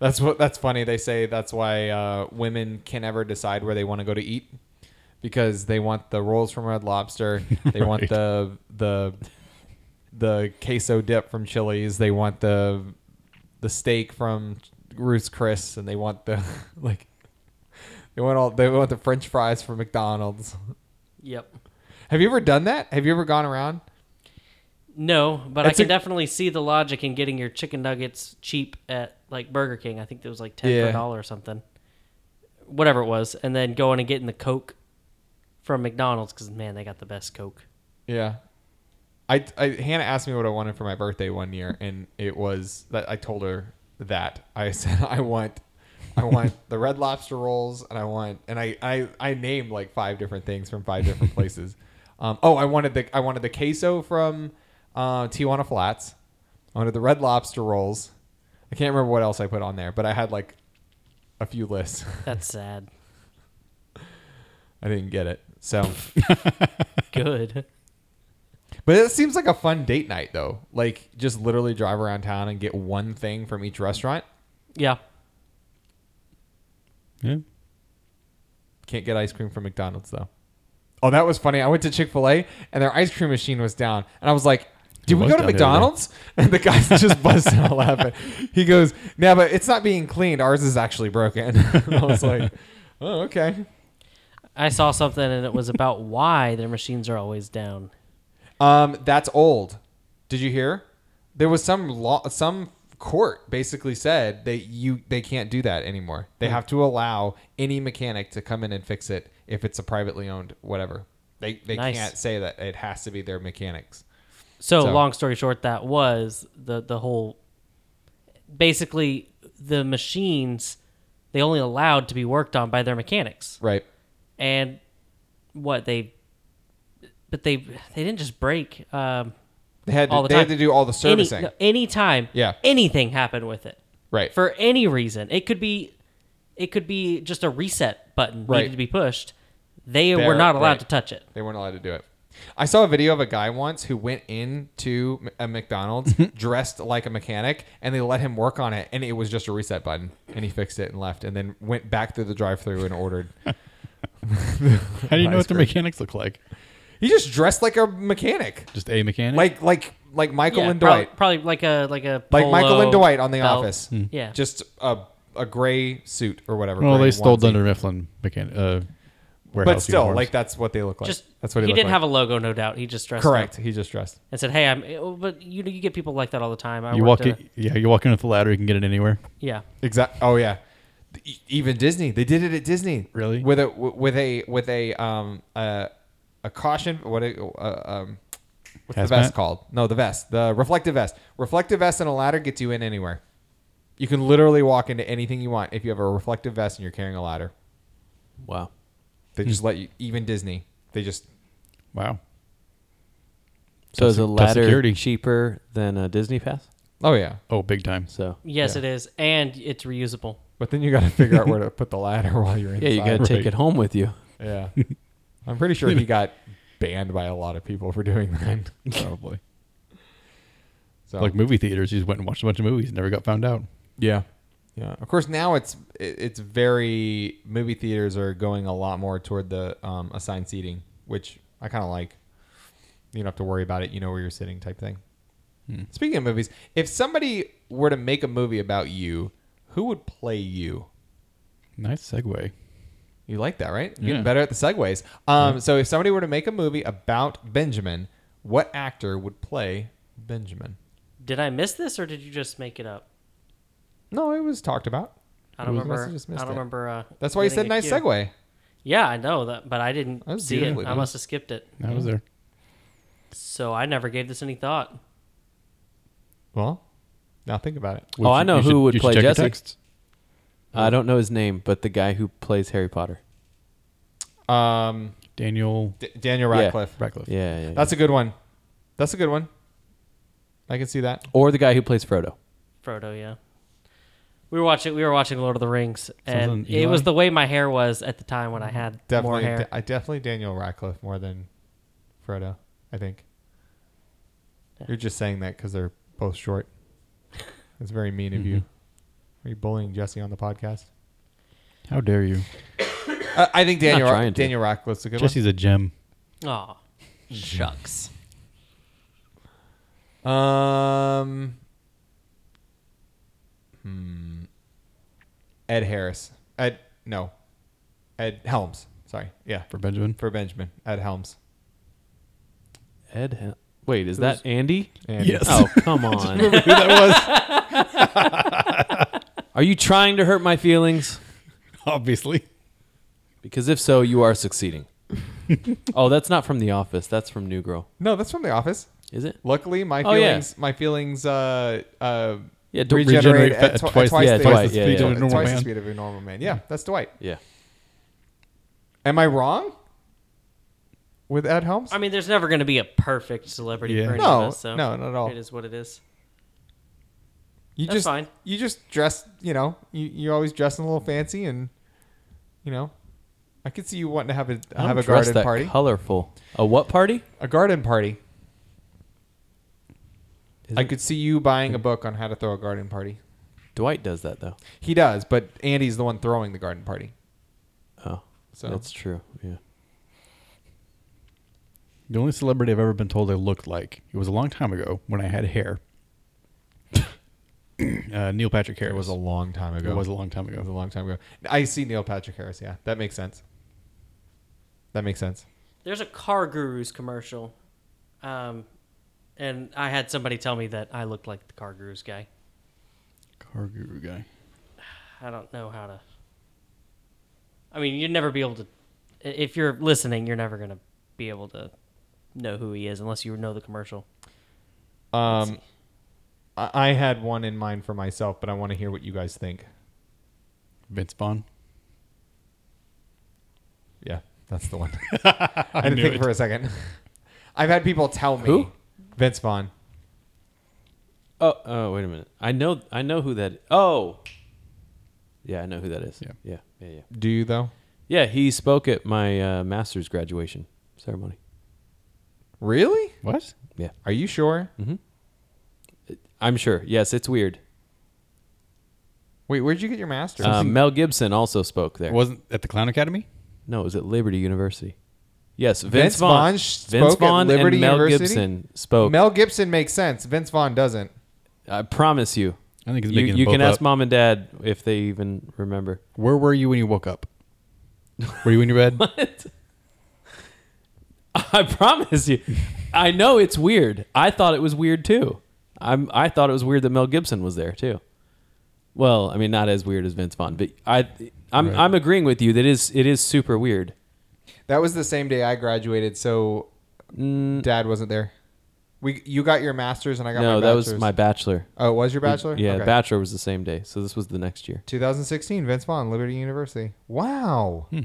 Speaker 2: That's what. That's funny. They say that's why uh, women can never decide where they want to go to eat because they want the rolls from Red Lobster, they want
Speaker 4: Right.
Speaker 2: the the the queso dip from Chili's, they want the the steak from Ruth's Chris, and they want the [LAUGHS] like they want all they want the French fries from McDonald's.
Speaker 1: Yep.
Speaker 2: Have you ever done that? Have you ever gone around?
Speaker 1: No, but
Speaker 2: It's
Speaker 1: I can
Speaker 2: a-
Speaker 1: definitely see the logic in getting your chicken nuggets cheap at like Burger King. I think it was like ten for
Speaker 2: Yeah.
Speaker 1: a dollar or something, whatever it was, and then going and getting the Coke from McDonald's because man, they got the best Coke.
Speaker 2: Yeah. I, I Hannah asked me what I wanted for my birthday one year, and it was that I told her that I [LAUGHS] said I want, I want the red lobster rolls, and I want, and I I, I named like five different things from five different places. Um, oh, I wanted the I wanted the queso from uh, Tijuana Flats. I wanted the red lobster rolls. I can't remember what else I put on there, but I had like a few lists. [LAUGHS]
Speaker 1: That's sad.
Speaker 2: I didn't get it, so
Speaker 1: Good.
Speaker 2: But it seems like a fun date night though. Like just literally drive around town and get one thing from each restaurant.
Speaker 1: Yeah.
Speaker 2: [LAUGHS]
Speaker 4: Yeah.
Speaker 2: Can't get ice cream from McDonald's though. Oh, that was funny. I went to Chick Fil A and their ice cream machine was down, and I was like, "Did we
Speaker 4: was
Speaker 2: go to
Speaker 4: down the other day.
Speaker 2: McDonald's?" [LAUGHS] And the guy's just busting out laughing. He goes, "No, but it's not being cleaned. Ours is actually broken." [LAUGHS] And I was like, "Oh, okay."
Speaker 1: I saw something and it was
Speaker 2: [LAUGHS]
Speaker 1: about why their machines are always down.
Speaker 2: Um, that's old. Did you hear? There was some law, some court basically said that you they can't do that anymore. They
Speaker 1: Hmm.
Speaker 2: have to allow any mechanic to come in and fix it if it's a privately owned whatever. They they
Speaker 1: Nice.
Speaker 2: can't say that it has to be their mechanics.
Speaker 1: So,
Speaker 2: So-
Speaker 1: long story short, that was the the whole. Basically, the machines they only allowed to be worked on by their mechanics,
Speaker 2: Right.
Speaker 1: and what they, but they they didn't just break. Um,
Speaker 2: They had to,
Speaker 1: All the
Speaker 2: they had
Speaker 1: time.
Speaker 2: to do all the
Speaker 1: any
Speaker 2: servicing.
Speaker 1: no, any time,
Speaker 2: Yeah.
Speaker 1: anything happened with it
Speaker 2: Right.
Speaker 1: for any reason. It could be, it could be just a reset button
Speaker 2: Right.
Speaker 1: needed to be pushed. They
Speaker 2: They're-
Speaker 1: were not allowed
Speaker 2: right.
Speaker 1: to touch it.
Speaker 2: They weren't allowed to do it. I saw a video of a guy once who went into a uh,
Speaker 4: [LAUGHS]
Speaker 2: McDonald's dressed like a mechanic, and they let him work on it, and it was just a reset button, and he fixed it and left, and then went back through the drive-through and ordered.
Speaker 4: [LAUGHS] How do you
Speaker 2: Ice
Speaker 4: know what the
Speaker 2: cream.
Speaker 4: mechanics look like?
Speaker 2: he just dressed like a mechanic,
Speaker 4: Just a mechanic.
Speaker 2: like like like Michael
Speaker 1: Yeah,
Speaker 2: and
Speaker 1: prob-
Speaker 2: Dwight,
Speaker 1: probably like a like a
Speaker 2: like Michael
Speaker 1: polo
Speaker 2: and Dwight on The
Speaker 1: belt. Mm-hmm.
Speaker 2: Office.
Speaker 1: Yeah,
Speaker 2: Just a a gray suit or whatever.
Speaker 4: Hmm. well,
Speaker 2: gray
Speaker 4: they stole
Speaker 2: onesie.
Speaker 4: Dunder Mifflin mechanic. Uh, warehouse
Speaker 2: but still,
Speaker 4: uniforms.
Speaker 2: like that's what they look like.
Speaker 1: just
Speaker 2: that's what he,
Speaker 1: he
Speaker 2: looked
Speaker 1: didn't have a logo, no doubt. He just dressed
Speaker 2: Correct.
Speaker 1: up
Speaker 2: He just dressed.
Speaker 1: and said, "Hey, I'm." But you know, you get people like that all the time. I
Speaker 4: you
Speaker 1: worked
Speaker 4: walk in,
Speaker 1: at a-
Speaker 4: yeah, you walk in with the ladder, you can get it anywhere.
Speaker 1: yeah,
Speaker 2: Exactly. Oh yeah. E- Even Disney, they did it at Disney.
Speaker 4: Really?
Speaker 2: With a with a with a um a a caution. What a, uh, um. What's the
Speaker 4: Hazmat?
Speaker 2: vest called? No, the vest, the reflective vest. Reflective vest and a ladder gets you in anywhere. You can literally walk into anything you want if you have a reflective vest and you're carrying a ladder.
Speaker 3: Wow.
Speaker 2: They
Speaker 4: Hmm.
Speaker 2: just let you. Even Disney, they just
Speaker 4: Wow.
Speaker 3: So is a
Speaker 4: Tough
Speaker 3: ladder
Speaker 4: security.
Speaker 3: cheaper than a Disney pass?
Speaker 2: oh yeah.
Speaker 4: Oh, big time.
Speaker 3: So
Speaker 1: yes,
Speaker 2: Yeah.
Speaker 1: it is, and it's reusable.
Speaker 2: But then you
Speaker 4: [LAUGHS]
Speaker 2: got to figure out where to put the ladder [LAUGHS] while you're inside.
Speaker 3: yeah, you got to take
Speaker 4: Right.
Speaker 3: it home with you.
Speaker 2: Yeah. I'm pretty sure
Speaker 4: [LAUGHS]
Speaker 2: he got banned by a lot of people for doing that.
Speaker 4: Probably.
Speaker 2: So
Speaker 4: Like movie theaters, you just went and watched a bunch of movies, and never got found out.
Speaker 2: Yeah. Yeah. Of course, now it's it- it's very movie theaters are going a lot more toward the um, assigned seating, which I kind of like. You don't have to worry about it. You know where you're sitting, type thing. Speaking of movies, if somebody were to make a movie about you, who would play you?
Speaker 4: Nice segue.
Speaker 2: You like that, right? You're Getting
Speaker 4: Yeah.
Speaker 2: better at the segues. Um, So, if somebody were to make a movie about Benjamin, what actor would play Benjamin?
Speaker 1: Did I miss this, or did you just make it up?
Speaker 2: No, it was talked about.
Speaker 1: I don't
Speaker 2: Who- must
Speaker 1: remember.
Speaker 2: have just
Speaker 1: I
Speaker 2: missed
Speaker 1: don't
Speaker 2: it.
Speaker 1: remember. Uh,
Speaker 2: That's why you
Speaker 1: getting
Speaker 2: said
Speaker 1: a
Speaker 2: nice
Speaker 1: cue.
Speaker 2: segue.
Speaker 1: Yeah, I know that, but I didn't
Speaker 2: That was
Speaker 1: see it.
Speaker 2: beautifully
Speaker 1: I
Speaker 2: done.
Speaker 1: must have skipped it.
Speaker 4: I was there.
Speaker 1: So I never gave this any thought.
Speaker 2: Well, now think about it.
Speaker 3: Oh, I know
Speaker 4: You
Speaker 3: who would
Speaker 4: you
Speaker 3: play
Speaker 4: check your
Speaker 3: Jesse.
Speaker 4: texts.
Speaker 3: I don't know his name, but the guy who plays Harry Potter.
Speaker 2: Um,
Speaker 4: Daniel
Speaker 2: D- Daniel
Speaker 3: Yeah.
Speaker 2: Radcliffe.
Speaker 4: Radcliffe.
Speaker 3: Yeah, yeah, yeah.
Speaker 2: That's a good one. That's a good one. I can see that.
Speaker 3: or the guy who plays Frodo.
Speaker 1: Frodo, yeah. We were watching. We were watching Lord of the Rings, and
Speaker 4: Something
Speaker 1: it was
Speaker 4: Eli?
Speaker 1: the way my hair was at the time when I had more
Speaker 2: Definitely,
Speaker 1: hair.
Speaker 2: I definitely Daniel Radcliffe more than Frodo. I think. You're just saying that because they're both [LAUGHS] short. That's very mean of you. Are you bullying Jesse on the podcast?
Speaker 4: How dare you?
Speaker 2: Uh, I think Daniel
Speaker 3: Not
Speaker 2: Ra-
Speaker 3: trying to.
Speaker 2: Daniel Radcliffe's a good
Speaker 4: Jesse's a gem.
Speaker 1: Aw, shucks.
Speaker 2: one. Um, hmm. Ed Harris. Ed no. Ed Helms. Sorry. Yeah.
Speaker 4: for Benjamin.
Speaker 2: for Benjamin at Helms.
Speaker 3: Ed. Hel- Wait, is that Andy?
Speaker 2: And
Speaker 3: [LAUGHS]
Speaker 4: [LAUGHS]
Speaker 3: Oh, [LAUGHS] come on.
Speaker 4: who that was?
Speaker 3: Are you trying to hurt my feelings?
Speaker 4: Obviously.
Speaker 3: Because if so, you are succeeding. [LAUGHS] oh, that's not from The Office. That's from New Girl.
Speaker 2: No, that's from The Office.
Speaker 3: Is it?
Speaker 2: Luckily, my
Speaker 3: Oh, yeah.
Speaker 2: feelings, my feelings, uh, uh,
Speaker 3: Yeah, don't
Speaker 2: regenerate,
Speaker 4: regenerate
Speaker 2: at,
Speaker 4: fa-
Speaker 2: tw-
Speaker 4: twice-
Speaker 2: twice,
Speaker 3: yeah,
Speaker 2: the,
Speaker 3: twice the
Speaker 2: yeah,
Speaker 3: speed
Speaker 2: yeah,
Speaker 3: of a Mm-hmm.
Speaker 2: yeah.
Speaker 4: normal
Speaker 2: twice the
Speaker 4: man.
Speaker 2: speed of a normal man. Yeah, that's Dwight.
Speaker 3: Yeah.
Speaker 2: Am I wrong with Ed Helms?
Speaker 1: I mean, there's never going to be a perfect celebrity
Speaker 4: Yeah.
Speaker 1: for any
Speaker 2: No,
Speaker 1: of us. So
Speaker 2: no, not at all.
Speaker 1: It is what it is.
Speaker 2: you
Speaker 1: that's
Speaker 2: just
Speaker 1: fine.
Speaker 2: you just dress, you know, you you always dress a little fancy, and you know, I could see you wanting to have a
Speaker 3: I
Speaker 2: have
Speaker 3: don't
Speaker 2: a
Speaker 3: dress
Speaker 2: garden
Speaker 3: that
Speaker 2: party,
Speaker 3: Colorful. A what party?
Speaker 2: a garden party. I could see you buying a book on how to throw a garden party.
Speaker 3: Dwight does that though.
Speaker 2: He does, but Andy's the one throwing the garden party.
Speaker 3: Oh,
Speaker 2: So
Speaker 3: that's true. Yeah.
Speaker 4: The only celebrity I've ever been told I looked like it was a long time ago when I had hair. [COUGHS] uh, Neil Patrick Harris.
Speaker 2: it was a long time ago.
Speaker 4: It was a long time
Speaker 2: It was a
Speaker 4: ago.
Speaker 2: long time ago. I see Neil Patrick Harris. Yeah, that makes sense. That makes sense.
Speaker 1: There's a car gurus commercial, um, and I had somebody tell me that I looked like the car gurus guy.
Speaker 4: Car guru guy.
Speaker 1: I don't know how to. I mean, you'd never be able to. i- If you're listening, you're never gonna be able to know who he is unless you know the commercial.
Speaker 2: Um, I, I had one in mind for myself, but I want to hear what you guys think.
Speaker 4: Vince Vaughn.
Speaker 2: Yeah, that's the one. I didn't
Speaker 4: knew
Speaker 2: think
Speaker 4: it.
Speaker 2: for a second. [LAUGHS] I've had people tell me
Speaker 3: Who?
Speaker 2: Vince Vaughn.
Speaker 3: Oh, oh, wait a minute. I know, I know who that. Oh, yeah, I know who that is.
Speaker 4: Yeah.
Speaker 3: yeah, yeah, yeah.
Speaker 2: Do you though?
Speaker 3: Yeah, he spoke at my uh, master's graduation ceremony.
Speaker 2: Really?
Speaker 4: What?
Speaker 3: Yeah,
Speaker 2: Are you sure?
Speaker 3: I'm sure. Yes, it's weird.
Speaker 2: Wait, where'd you get your master's?
Speaker 3: Uh, Mel Gibson also spoke there.
Speaker 4: It wasn't at the Clown Academy?
Speaker 3: No, it was at Liberty University. Yes, Vince,
Speaker 2: Vince
Speaker 3: Vaughn.
Speaker 2: Vaughn sh-
Speaker 3: Vince
Speaker 2: spoke at
Speaker 3: Vaughn
Speaker 2: Liberty
Speaker 3: and Mel
Speaker 2: University?
Speaker 3: Gibson spoke.
Speaker 2: Mel Gibson makes sense. Vince Vaughn doesn't.
Speaker 3: I promise you.
Speaker 4: I think it's
Speaker 3: you,
Speaker 4: making them
Speaker 3: you can
Speaker 4: both
Speaker 3: ask
Speaker 4: up.
Speaker 3: mom and dad if they even remember. [LAUGHS]
Speaker 4: Where were you when you woke up? Were you in your bed?
Speaker 3: I promise you. I know it's weird. I thought it was weird too. I'm I thought it was weird that Mel Gibson was there too. Well, I mean not as weird as Vince Vaughn, but I I'm
Speaker 4: Right.
Speaker 3: I'm agreeing with you that is it is super weird.
Speaker 2: That was the same day I graduated, so dad wasn't there. We you got your master's and I got
Speaker 3: Mm. No,
Speaker 2: my
Speaker 3: that was
Speaker 2: bachelor's.
Speaker 3: my bachelor.
Speaker 2: Oh, it was your bachelor?
Speaker 3: Yeah,
Speaker 2: Okay.
Speaker 3: bachelor was the same day. So this was the next year.
Speaker 2: 2016, Vince Vaughn, Liberty University. Wow.
Speaker 3: Hmm.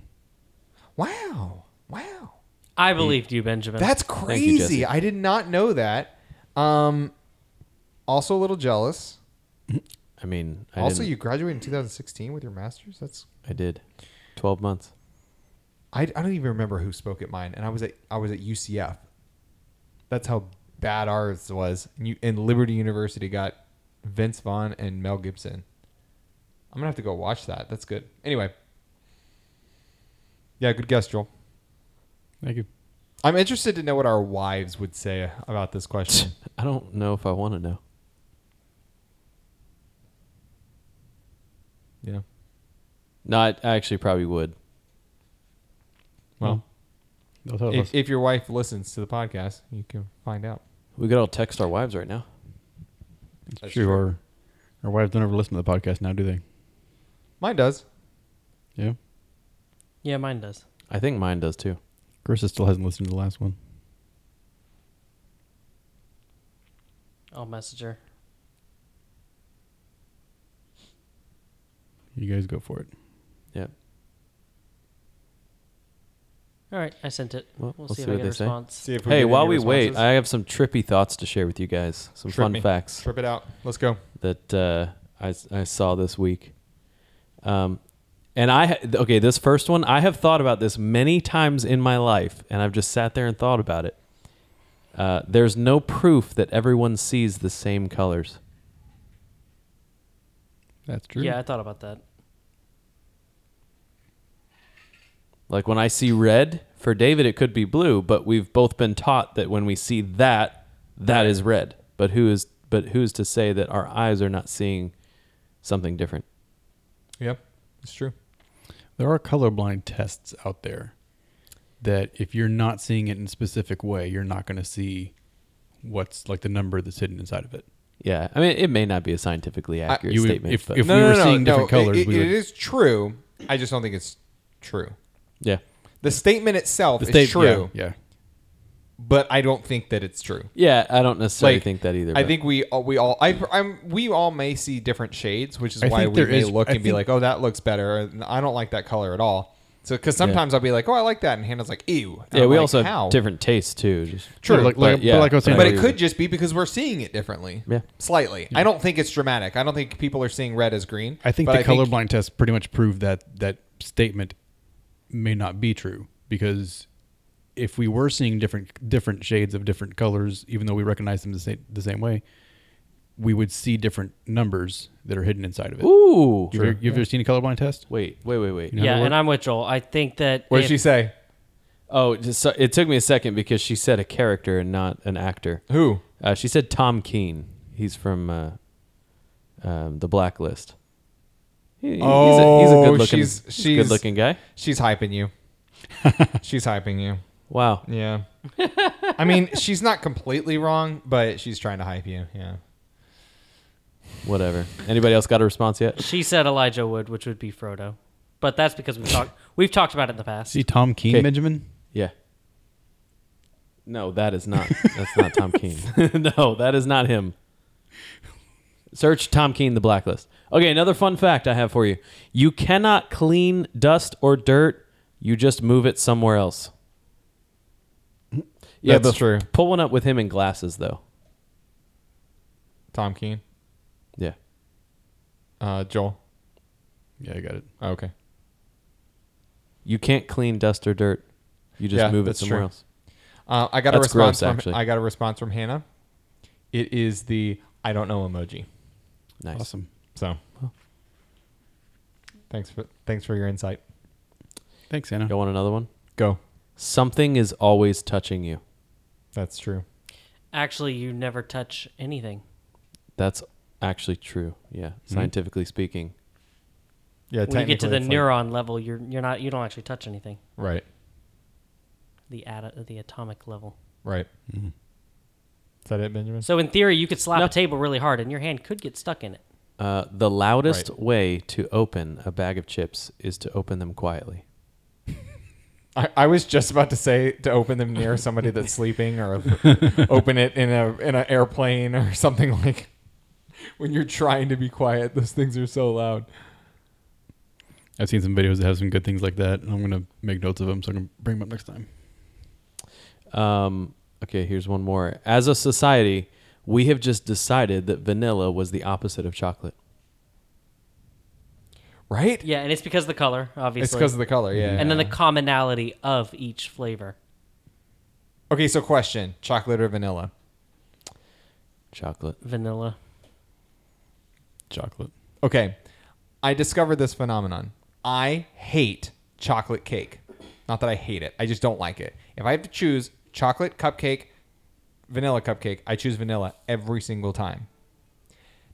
Speaker 2: Wow. Wow.
Speaker 1: I believed you, Benjamin.
Speaker 2: That's
Speaker 3: Thank you,
Speaker 2: crazy.
Speaker 3: Jesse.
Speaker 2: I did not know that. Um also a little jealous.
Speaker 3: I mean, I
Speaker 2: also
Speaker 3: didn't-
Speaker 2: you graduated in 2016 with your master's? That's
Speaker 3: I did. 12 months.
Speaker 2: I, I don't even remember who spoke at mine and I was at I was at UCF. That's how bad ours was. And, you, and Liberty University got Vince Vaughn and Mel Gibson. I'm going to have to go watch that. That's good. Anyway. Yeah, good guess, Joel.
Speaker 4: Thank you.
Speaker 2: I'm interested to know what our wives would say about this
Speaker 3: [LAUGHS]
Speaker 2: question.
Speaker 3: I don't know if I want to know.
Speaker 2: yeah.
Speaker 3: No, I, I actually probably would.
Speaker 2: Well,
Speaker 4: Don't tell us.
Speaker 2: if, if your wife listens to the podcast, you can find out.
Speaker 3: We could all text our wives right now.
Speaker 4: It's true. Our, our wives don't ever listen to the podcast now, do they?
Speaker 2: Mine does.
Speaker 4: Yeah.
Speaker 1: yeah, mine does.
Speaker 3: I think mine does too.
Speaker 4: Carissa still hasn't listened to the last one.
Speaker 1: I'll message her.
Speaker 4: You guys go for it.
Speaker 3: Yeah.
Speaker 1: All right, I sent it.
Speaker 3: Well,
Speaker 1: We'll,
Speaker 3: we'll
Speaker 1: see,
Speaker 3: see
Speaker 1: if I
Speaker 3: what
Speaker 1: get a
Speaker 3: they say.
Speaker 1: response.
Speaker 2: See if
Speaker 3: Hey,
Speaker 2: get
Speaker 3: while
Speaker 2: any
Speaker 3: we wait,
Speaker 2: responses.
Speaker 3: I have some trippy thoughts to share with you guys. Some
Speaker 2: Trip
Speaker 3: fun
Speaker 2: me.
Speaker 3: facts
Speaker 2: Trip it out. Let's go.
Speaker 3: that uh, I, s- I saw this week. Um, and I, ha- okay, this first one, I have thought about this many times in my life, and I've just sat there and thought about it. Uh, there's no proof that everyone sees the same colors.
Speaker 4: That's true.
Speaker 1: Yeah, I thought about that.
Speaker 3: Like when I see red, for David it could be blue, but we've both been taught that when we see that, that is red. But who is but who's to say that our eyes are not seeing something different?
Speaker 2: Yep. It's true.
Speaker 4: There are colorblind tests out there that if you're not seeing it in a specific way, you're not going to see what's like the number that's hidden inside of it.
Speaker 3: Yeah. I mean it may not be a scientifically accurate
Speaker 4: you would-
Speaker 3: statement.
Speaker 4: if-
Speaker 3: but
Speaker 4: if- we were seeing different colors,
Speaker 2: It,
Speaker 4: we
Speaker 2: it
Speaker 4: would-
Speaker 2: is true. I just don't think it's true.
Speaker 3: yeah.
Speaker 2: The statement itself
Speaker 4: The
Speaker 2: is
Speaker 4: state-
Speaker 2: true,
Speaker 4: Yeah. yeah.
Speaker 2: but I don't think that it's true.
Speaker 3: Yeah, I don't necessarily think that either.
Speaker 2: I
Speaker 3: but-
Speaker 2: think we all, we all I, I'm we all may see different shades, which is
Speaker 4: I
Speaker 2: why we
Speaker 4: think there
Speaker 2: may
Speaker 4: is-
Speaker 2: look
Speaker 4: I
Speaker 2: and be
Speaker 4: think-
Speaker 2: like, "Oh, that looks better," and I don't like that color at all. So, because sometimes I'll be like, "Oh, I like that," and Hannah's like, "Ew." And
Speaker 3: Yeah,
Speaker 2: I'm
Speaker 3: we
Speaker 2: like,
Speaker 3: also
Speaker 2: how?
Speaker 3: have different tastes too. Just
Speaker 2: True,
Speaker 4: like,
Speaker 2: but,
Speaker 4: like,
Speaker 3: yeah.
Speaker 4: but like I was saying,
Speaker 2: but
Speaker 3: I
Speaker 2: it
Speaker 3: agree
Speaker 2: could just be because we're seeing it differently,
Speaker 3: Yeah.
Speaker 2: slightly. I don't think it's dramatic. I don't think people are seeing red as green.
Speaker 4: I think
Speaker 2: but
Speaker 4: the colorblind tests pretty much prove that that statement may not be true because if we were seeing different different shades of different colors, even though we recognize them the same the same way, we would see different numbers that are hidden inside of it.
Speaker 3: Ooh.
Speaker 4: You've, ever, you've ever seen a colorblind test?
Speaker 3: Wait, wait, wait, wait.
Speaker 4: You know how
Speaker 1: yeah,
Speaker 4: it
Speaker 1: and I'm with Joel. I think that
Speaker 2: What did
Speaker 1: if-
Speaker 2: she say?
Speaker 3: Oh, just, so- it took me a second because she said a character and not an actor.
Speaker 2: Who?
Speaker 3: Uh, she said Tom Keene. He's from uh, um, The Blacklist. He- he's a- he's a,
Speaker 2: Oh,
Speaker 3: good looking,
Speaker 2: she's- she's-
Speaker 3: good looking guy.
Speaker 2: She's hyping
Speaker 3: [LAUGHS]
Speaker 2: you. she's hyping you.
Speaker 3: Wow.
Speaker 2: Yeah. I
Speaker 3: [LAUGHS]
Speaker 2: mean, she's not completely wrong, but she's trying to hype you. Yeah.
Speaker 3: Whatever. Anybody else got a response yet?
Speaker 1: she said Elijah Wood, which would be Frodo, but that's because we've talked we've talked about it in the past.
Speaker 4: See Tom Keene,
Speaker 3: Okay.
Speaker 4: Benjamin?
Speaker 3: Yeah. No, that is not. That's not
Speaker 2: [LAUGHS]
Speaker 3: Tom Keene. [LAUGHS] no, that is not him. Search Tom Keene, The Blacklist. Okay, another fun fact I have for you. You cannot clean dust or dirt. You just move it
Speaker 2: [LAUGHS]
Speaker 3: somewhere else. Yeah,
Speaker 2: That's
Speaker 3: but
Speaker 2: true.
Speaker 3: Pull one up with him in glasses, though.
Speaker 2: Tom Keene.
Speaker 3: Yeah.
Speaker 2: Uh, Joel.
Speaker 4: Yeah, I got it.
Speaker 2: Oh, okay.
Speaker 3: You can't clean dust or dirt. You just
Speaker 2: Yeah,
Speaker 3: move it
Speaker 2: that's
Speaker 3: somewhere
Speaker 2: true.
Speaker 3: else.
Speaker 2: Uh, I got a
Speaker 3: That's
Speaker 2: response
Speaker 3: gross,
Speaker 2: from
Speaker 3: actually.
Speaker 2: I got a response from Hannah. It is the I don't know emoji.
Speaker 3: Nice.
Speaker 4: Awesome.
Speaker 2: So thanks for thanks for your insight.
Speaker 4: Thanks, Anna.
Speaker 3: You want another one?
Speaker 2: Go.
Speaker 3: Something is always touching you.
Speaker 2: That's true.
Speaker 1: Actually, you never touch anything.
Speaker 3: That's actually true. Yeah,
Speaker 2: Mm-hmm.
Speaker 3: scientifically speaking.
Speaker 2: Yeah.
Speaker 1: When you get to the
Speaker 2: technically it's
Speaker 1: neuron level, you're you're not you don't actually touch anything.
Speaker 2: like- right.
Speaker 1: The at the atomic level.
Speaker 2: Right.
Speaker 3: Mm-hmm.
Speaker 2: Is that it, Benjamin?
Speaker 1: So in theory, you could slap a table really hard, and your hand could get stuck in it.
Speaker 3: Uh, the loudest way to open a bag of chips is to open them quietly.
Speaker 2: I, I was just about to say to open them near
Speaker 1: [LAUGHS]
Speaker 2: somebody that's sleeping, or open it in a in an airplane or something like. [LAUGHS] When you're trying to be quiet, those things are so loud.
Speaker 4: I've seen some videos that have some good things like that, and I'm gonna make notes of them so I can bring them up next time.
Speaker 3: Um, okay, here's one more. As a society, we have just decided that vanilla was the opposite of chocolate.
Speaker 2: Right?
Speaker 1: Yeah, and it's because of the color, obviously.
Speaker 2: It's because of the color, yeah.
Speaker 1: and then the commonality of each flavor.
Speaker 2: okay, so question: chocolate or vanilla?
Speaker 3: Chocolate.
Speaker 1: Vanilla.
Speaker 4: Chocolate.
Speaker 2: Okay, I discovered this phenomenon. I hate chocolate cake. Not that I hate it, I just don't like it. If I have to choose chocolate cupcake, vanilla cupcake, I choose vanilla every single time.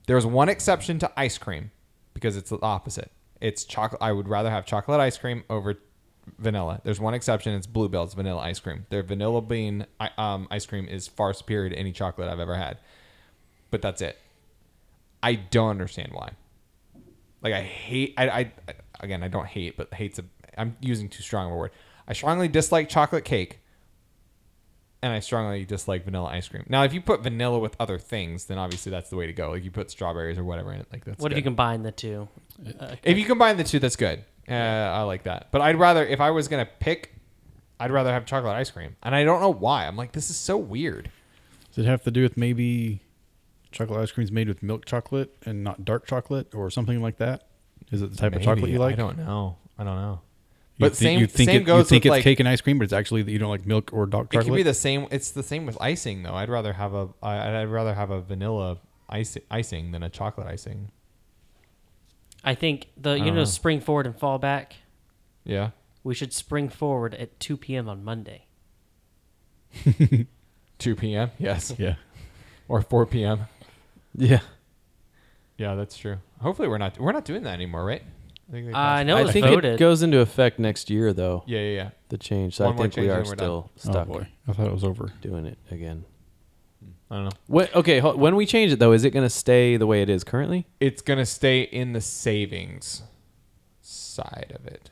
Speaker 2: There's one exception to ice cream because it's the opposite. It's chocolate. I would rather have chocolate ice cream over vanilla. There's one exception. It's Bluebell's vanilla ice cream. Their vanilla bean i- um, ice cream is far superior to any chocolate I've ever had. But that's it. I don't understand why. Like I hate. I, I again, I don't hate, but hate's a. I'm using too strong of a word. I strongly dislike chocolate cake, and I strongly dislike vanilla ice cream. Now, if you put vanilla with other things, then obviously that's the way to go. Like you put strawberries or whatever in it. Like that's
Speaker 1: what if
Speaker 2: good.
Speaker 1: you combine the two?
Speaker 2: If you combine the two, that's good. Uh, I like that. But I'd rather, if I was gonna pick, I'd rather have chocolate ice cream. And I don't know why. I'm like, this is so weird.
Speaker 4: Does it have to do with maybe chocolate ice creams made with milk chocolate and not dark chocolate or something like that? Is it the type of chocolate
Speaker 2: Maybe.
Speaker 4: you like?
Speaker 2: I don't know. I don't know.
Speaker 4: You
Speaker 2: but
Speaker 4: thi-
Speaker 2: same,
Speaker 4: you think
Speaker 2: same
Speaker 4: it,
Speaker 2: goes
Speaker 4: you think
Speaker 2: with
Speaker 4: it's
Speaker 2: like
Speaker 4: cake and ice cream, but it's actually that you don't like milk or dark
Speaker 2: It
Speaker 4: chocolate.
Speaker 2: could be the same. It's the same with icing, though. I'd rather have a I- I'd rather have a vanilla ice, icing than a chocolate icing.
Speaker 1: I think the you
Speaker 2: don't
Speaker 1: know,
Speaker 2: know.
Speaker 1: spring forward and fall back.
Speaker 2: Yeah.
Speaker 1: We should spring forward at 2 p.m. on Monday.
Speaker 2: 2 p.m. Yes. [LAUGHS]
Speaker 4: yeah.
Speaker 2: Or 4 p.m.
Speaker 3: Yeah.
Speaker 2: Yeah, that's true. Hopefully, we're not we're not doing that anymore, right? I think they
Speaker 1: Uh, I
Speaker 2: passed
Speaker 1: know
Speaker 2: it.
Speaker 1: it
Speaker 3: I
Speaker 1: was
Speaker 3: think
Speaker 1: voted.
Speaker 3: it goes into effect next year, though.
Speaker 2: Yeah, yeah, yeah.
Speaker 3: The change. So
Speaker 2: One
Speaker 3: I
Speaker 2: more
Speaker 3: think we
Speaker 2: change
Speaker 3: are
Speaker 2: and we're done.
Speaker 3: still
Speaker 4: Oh
Speaker 3: stuck
Speaker 4: boy, I thought it was over.
Speaker 3: doing it again.
Speaker 2: Hmm, I don't know.
Speaker 3: What, okay, ho- when we change it though, is it going to stay the way it is currently?
Speaker 2: It's gonna stay in the savings side of it.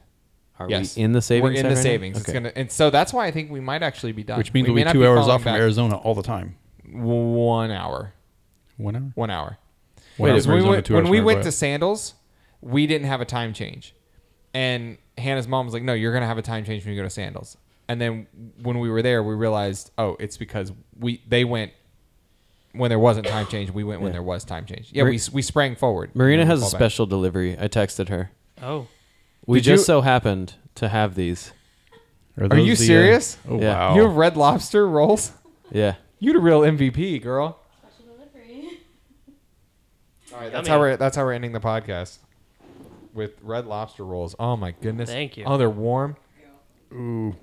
Speaker 3: Are
Speaker 2: yes,
Speaker 3: we in the savings?
Speaker 2: We're in
Speaker 3: side
Speaker 2: the
Speaker 3: right now?
Speaker 2: savings. It's
Speaker 3: Okay.
Speaker 2: gonna, and so that's why I think we might actually be done.
Speaker 4: Which means
Speaker 2: we
Speaker 4: we will
Speaker 2: may
Speaker 4: be
Speaker 2: not
Speaker 4: two hours
Speaker 2: following
Speaker 4: off from
Speaker 2: back
Speaker 4: Arizona all the time.
Speaker 2: One hour.
Speaker 4: One hour.
Speaker 2: One hour.
Speaker 4: One hour
Speaker 2: Because
Speaker 4: from
Speaker 2: when we
Speaker 4: Arizona,
Speaker 2: went,
Speaker 4: two
Speaker 2: when
Speaker 4: hours
Speaker 2: we
Speaker 4: from
Speaker 2: went to
Speaker 4: Ohio.
Speaker 2: Sandals, we didn't have a time change. And Hannah's mom was like, no, you're going to have a time change when you go to Sandals. And then when we were there, we realized, oh, it's because we they went when there wasn't time change. We went when there was time change. Yeah,
Speaker 3: Mar-
Speaker 2: we, s- we sprang forward.
Speaker 3: Marina
Speaker 2: And we
Speaker 3: has a
Speaker 2: fall back.
Speaker 3: special delivery. I texted her.
Speaker 1: Oh,
Speaker 3: We
Speaker 2: Did
Speaker 3: just
Speaker 2: you-
Speaker 3: so happened to have these.
Speaker 2: Are you
Speaker 4: those the, uh,
Speaker 2: serious?
Speaker 4: oh
Speaker 3: Yeah.
Speaker 4: wow!
Speaker 2: You have red lobster rolls? [LAUGHS]
Speaker 3: Yeah.
Speaker 2: You the real MVP, girl.
Speaker 5: Special delivery.
Speaker 2: All right,
Speaker 1: Yummy.
Speaker 2: that's how we're that's how we're ending the podcast with red lobster rolls. Oh my goodness!
Speaker 1: Thank you.
Speaker 2: Oh, they're warm.
Speaker 4: Ooh.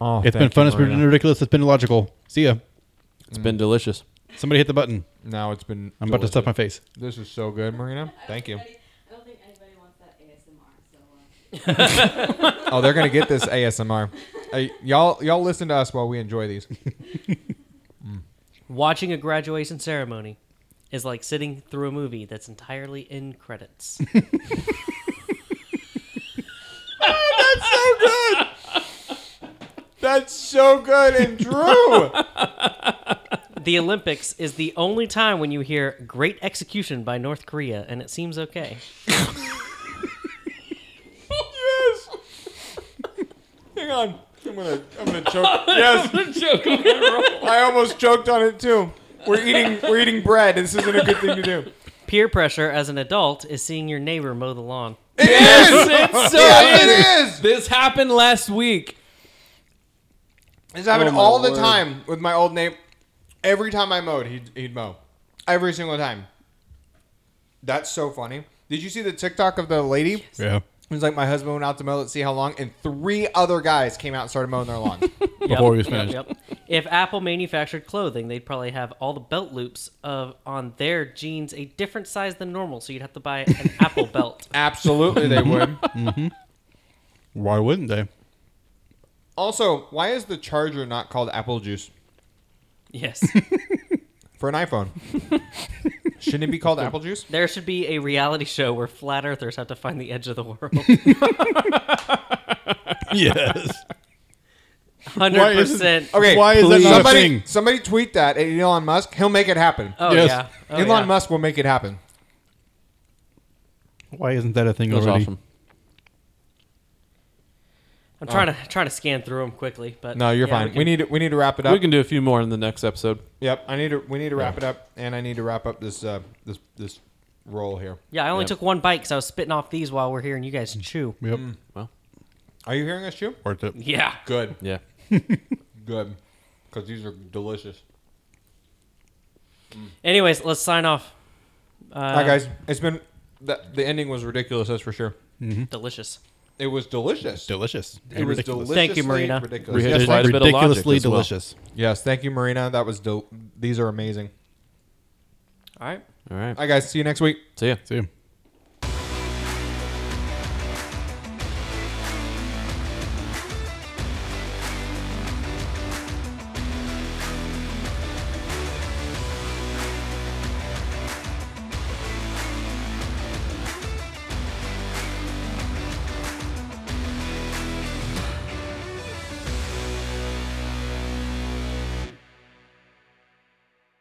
Speaker 2: Oh,
Speaker 4: It's been
Speaker 2: thank
Speaker 4: fun.
Speaker 2: you,
Speaker 4: It's been
Speaker 2: Marina.
Speaker 4: ridiculous. It's been illogical. See ya.
Speaker 2: Mm.
Speaker 3: It's been delicious.
Speaker 4: Somebody hit the button.
Speaker 2: Now it's been.
Speaker 4: I'm about to stuff my
Speaker 2: delicious.
Speaker 4: face.
Speaker 2: This is so good, Marina.
Speaker 5: I don't
Speaker 2: Thank you.
Speaker 5: think any- I don't think anybody wants that ASMR. So uh,
Speaker 2: Oh, they're gonna get this [LAUGHS] ASMR. Hey, y'all, y'all listen to us while we enjoy these.
Speaker 1: Watching a graduation ceremony is like sitting through a movie that's entirely in [LAUGHS] credits.
Speaker 2: [LAUGHS] That's so good and [LAUGHS] true.
Speaker 1: the Olympics is the only time when you hear great execution by North Korea and it seems okay.
Speaker 2: yes. [LAUGHS] Hang on. I'm gonna, [LAUGHS] I'm gonna choke. Yes. [LAUGHS] I almost choked on it too. We're eating, we're eating bread. This isn't a good thing to do.
Speaker 1: Peer pressure as an adult is seeing your neighbor mow the
Speaker 2: [LAUGHS]
Speaker 1: lawn.
Speaker 3: It's so
Speaker 2: Yes, it is.
Speaker 3: This happened last week.
Speaker 2: This happened
Speaker 3: Oh, my
Speaker 2: all the
Speaker 3: word.
Speaker 2: time with my old name. Every time I mowed, he'd, he'd mow. Every single time. That's so funny. Did you see the TikTok of the lady?
Speaker 4: Yeah.
Speaker 2: It was like, my husband went out to mow, let's see how long. And three other guys came out and started mowing
Speaker 1: [LAUGHS]
Speaker 2: their lawn.
Speaker 4: Before we was finished.
Speaker 1: Yep. If Apple manufactured clothing, they'd probably have all the belt loops of on their jeans a different size than normal, so you'd have to buy
Speaker 2: [LAUGHS]
Speaker 1: an Apple belt.
Speaker 2: Absolutely,
Speaker 1: [LAUGHS]
Speaker 2: they would.
Speaker 4: Why wouldn't they? [LAUGHS]
Speaker 2: Also, why is the charger not called Apple Juice
Speaker 1: Yes.
Speaker 2: for an
Speaker 1: [LAUGHS]
Speaker 2: iPhone? Shouldn't it be called Apple Juice?
Speaker 1: There should be a reality show where flat earthers have to find the edge of the
Speaker 2: [LAUGHS]
Speaker 1: world.
Speaker 4: yes.
Speaker 1: 100%.
Speaker 2: Okay,
Speaker 4: Why is that not a
Speaker 2: somebody,
Speaker 4: thing?
Speaker 2: somebody tweet that at Elon Musk. He'll make it happen.
Speaker 1: Oh,
Speaker 4: Yes.
Speaker 1: yeah. Oh,
Speaker 2: Elon
Speaker 1: yeah.
Speaker 2: Musk will make it happen.
Speaker 4: Why isn't that a thing
Speaker 3: It was
Speaker 4: already?
Speaker 3: awesome.
Speaker 1: I'm trying to trying to scan through them quickly, but
Speaker 2: Oh. No, you're
Speaker 1: yeah,
Speaker 2: fine.
Speaker 1: we
Speaker 2: We,
Speaker 1: can-
Speaker 2: need to, we need to wrap it up.
Speaker 3: We can do a few more in the next episode.
Speaker 2: Yep, I need to. We need to wrap it up, and I need to wrap up this uh, this this roll here.
Speaker 1: yeah, I only
Speaker 3: Yep.
Speaker 1: took one bite because I was spitting off these while we're hearing you guys chew.
Speaker 4: Yep.
Speaker 2: Mm. Are you hearing us, Chew?
Speaker 4: Worth it.
Speaker 1: Yeah.
Speaker 2: Good,
Speaker 3: Yeah.
Speaker 2: good, because these are delicious.
Speaker 1: Anyways, let's sign off. Uh,
Speaker 2: All right, guys, it's been the, the ending was ridiculous. That's for sure.
Speaker 1: Delicious.
Speaker 2: It was delicious.
Speaker 4: Delicious.
Speaker 2: it was delicious.
Speaker 1: Thank you, Marina.
Speaker 2: Ridiculous.
Speaker 3: We had
Speaker 2: Yes,
Speaker 3: to
Speaker 2: thank,
Speaker 3: quite a bit of
Speaker 4: ridiculously
Speaker 3: logic as well.
Speaker 4: delicious.
Speaker 2: yes, thank you, Marina. That was del- these are amazing.
Speaker 1: All right.
Speaker 3: All right.
Speaker 2: All right, guys, see you next week.
Speaker 3: See ya.
Speaker 4: See you.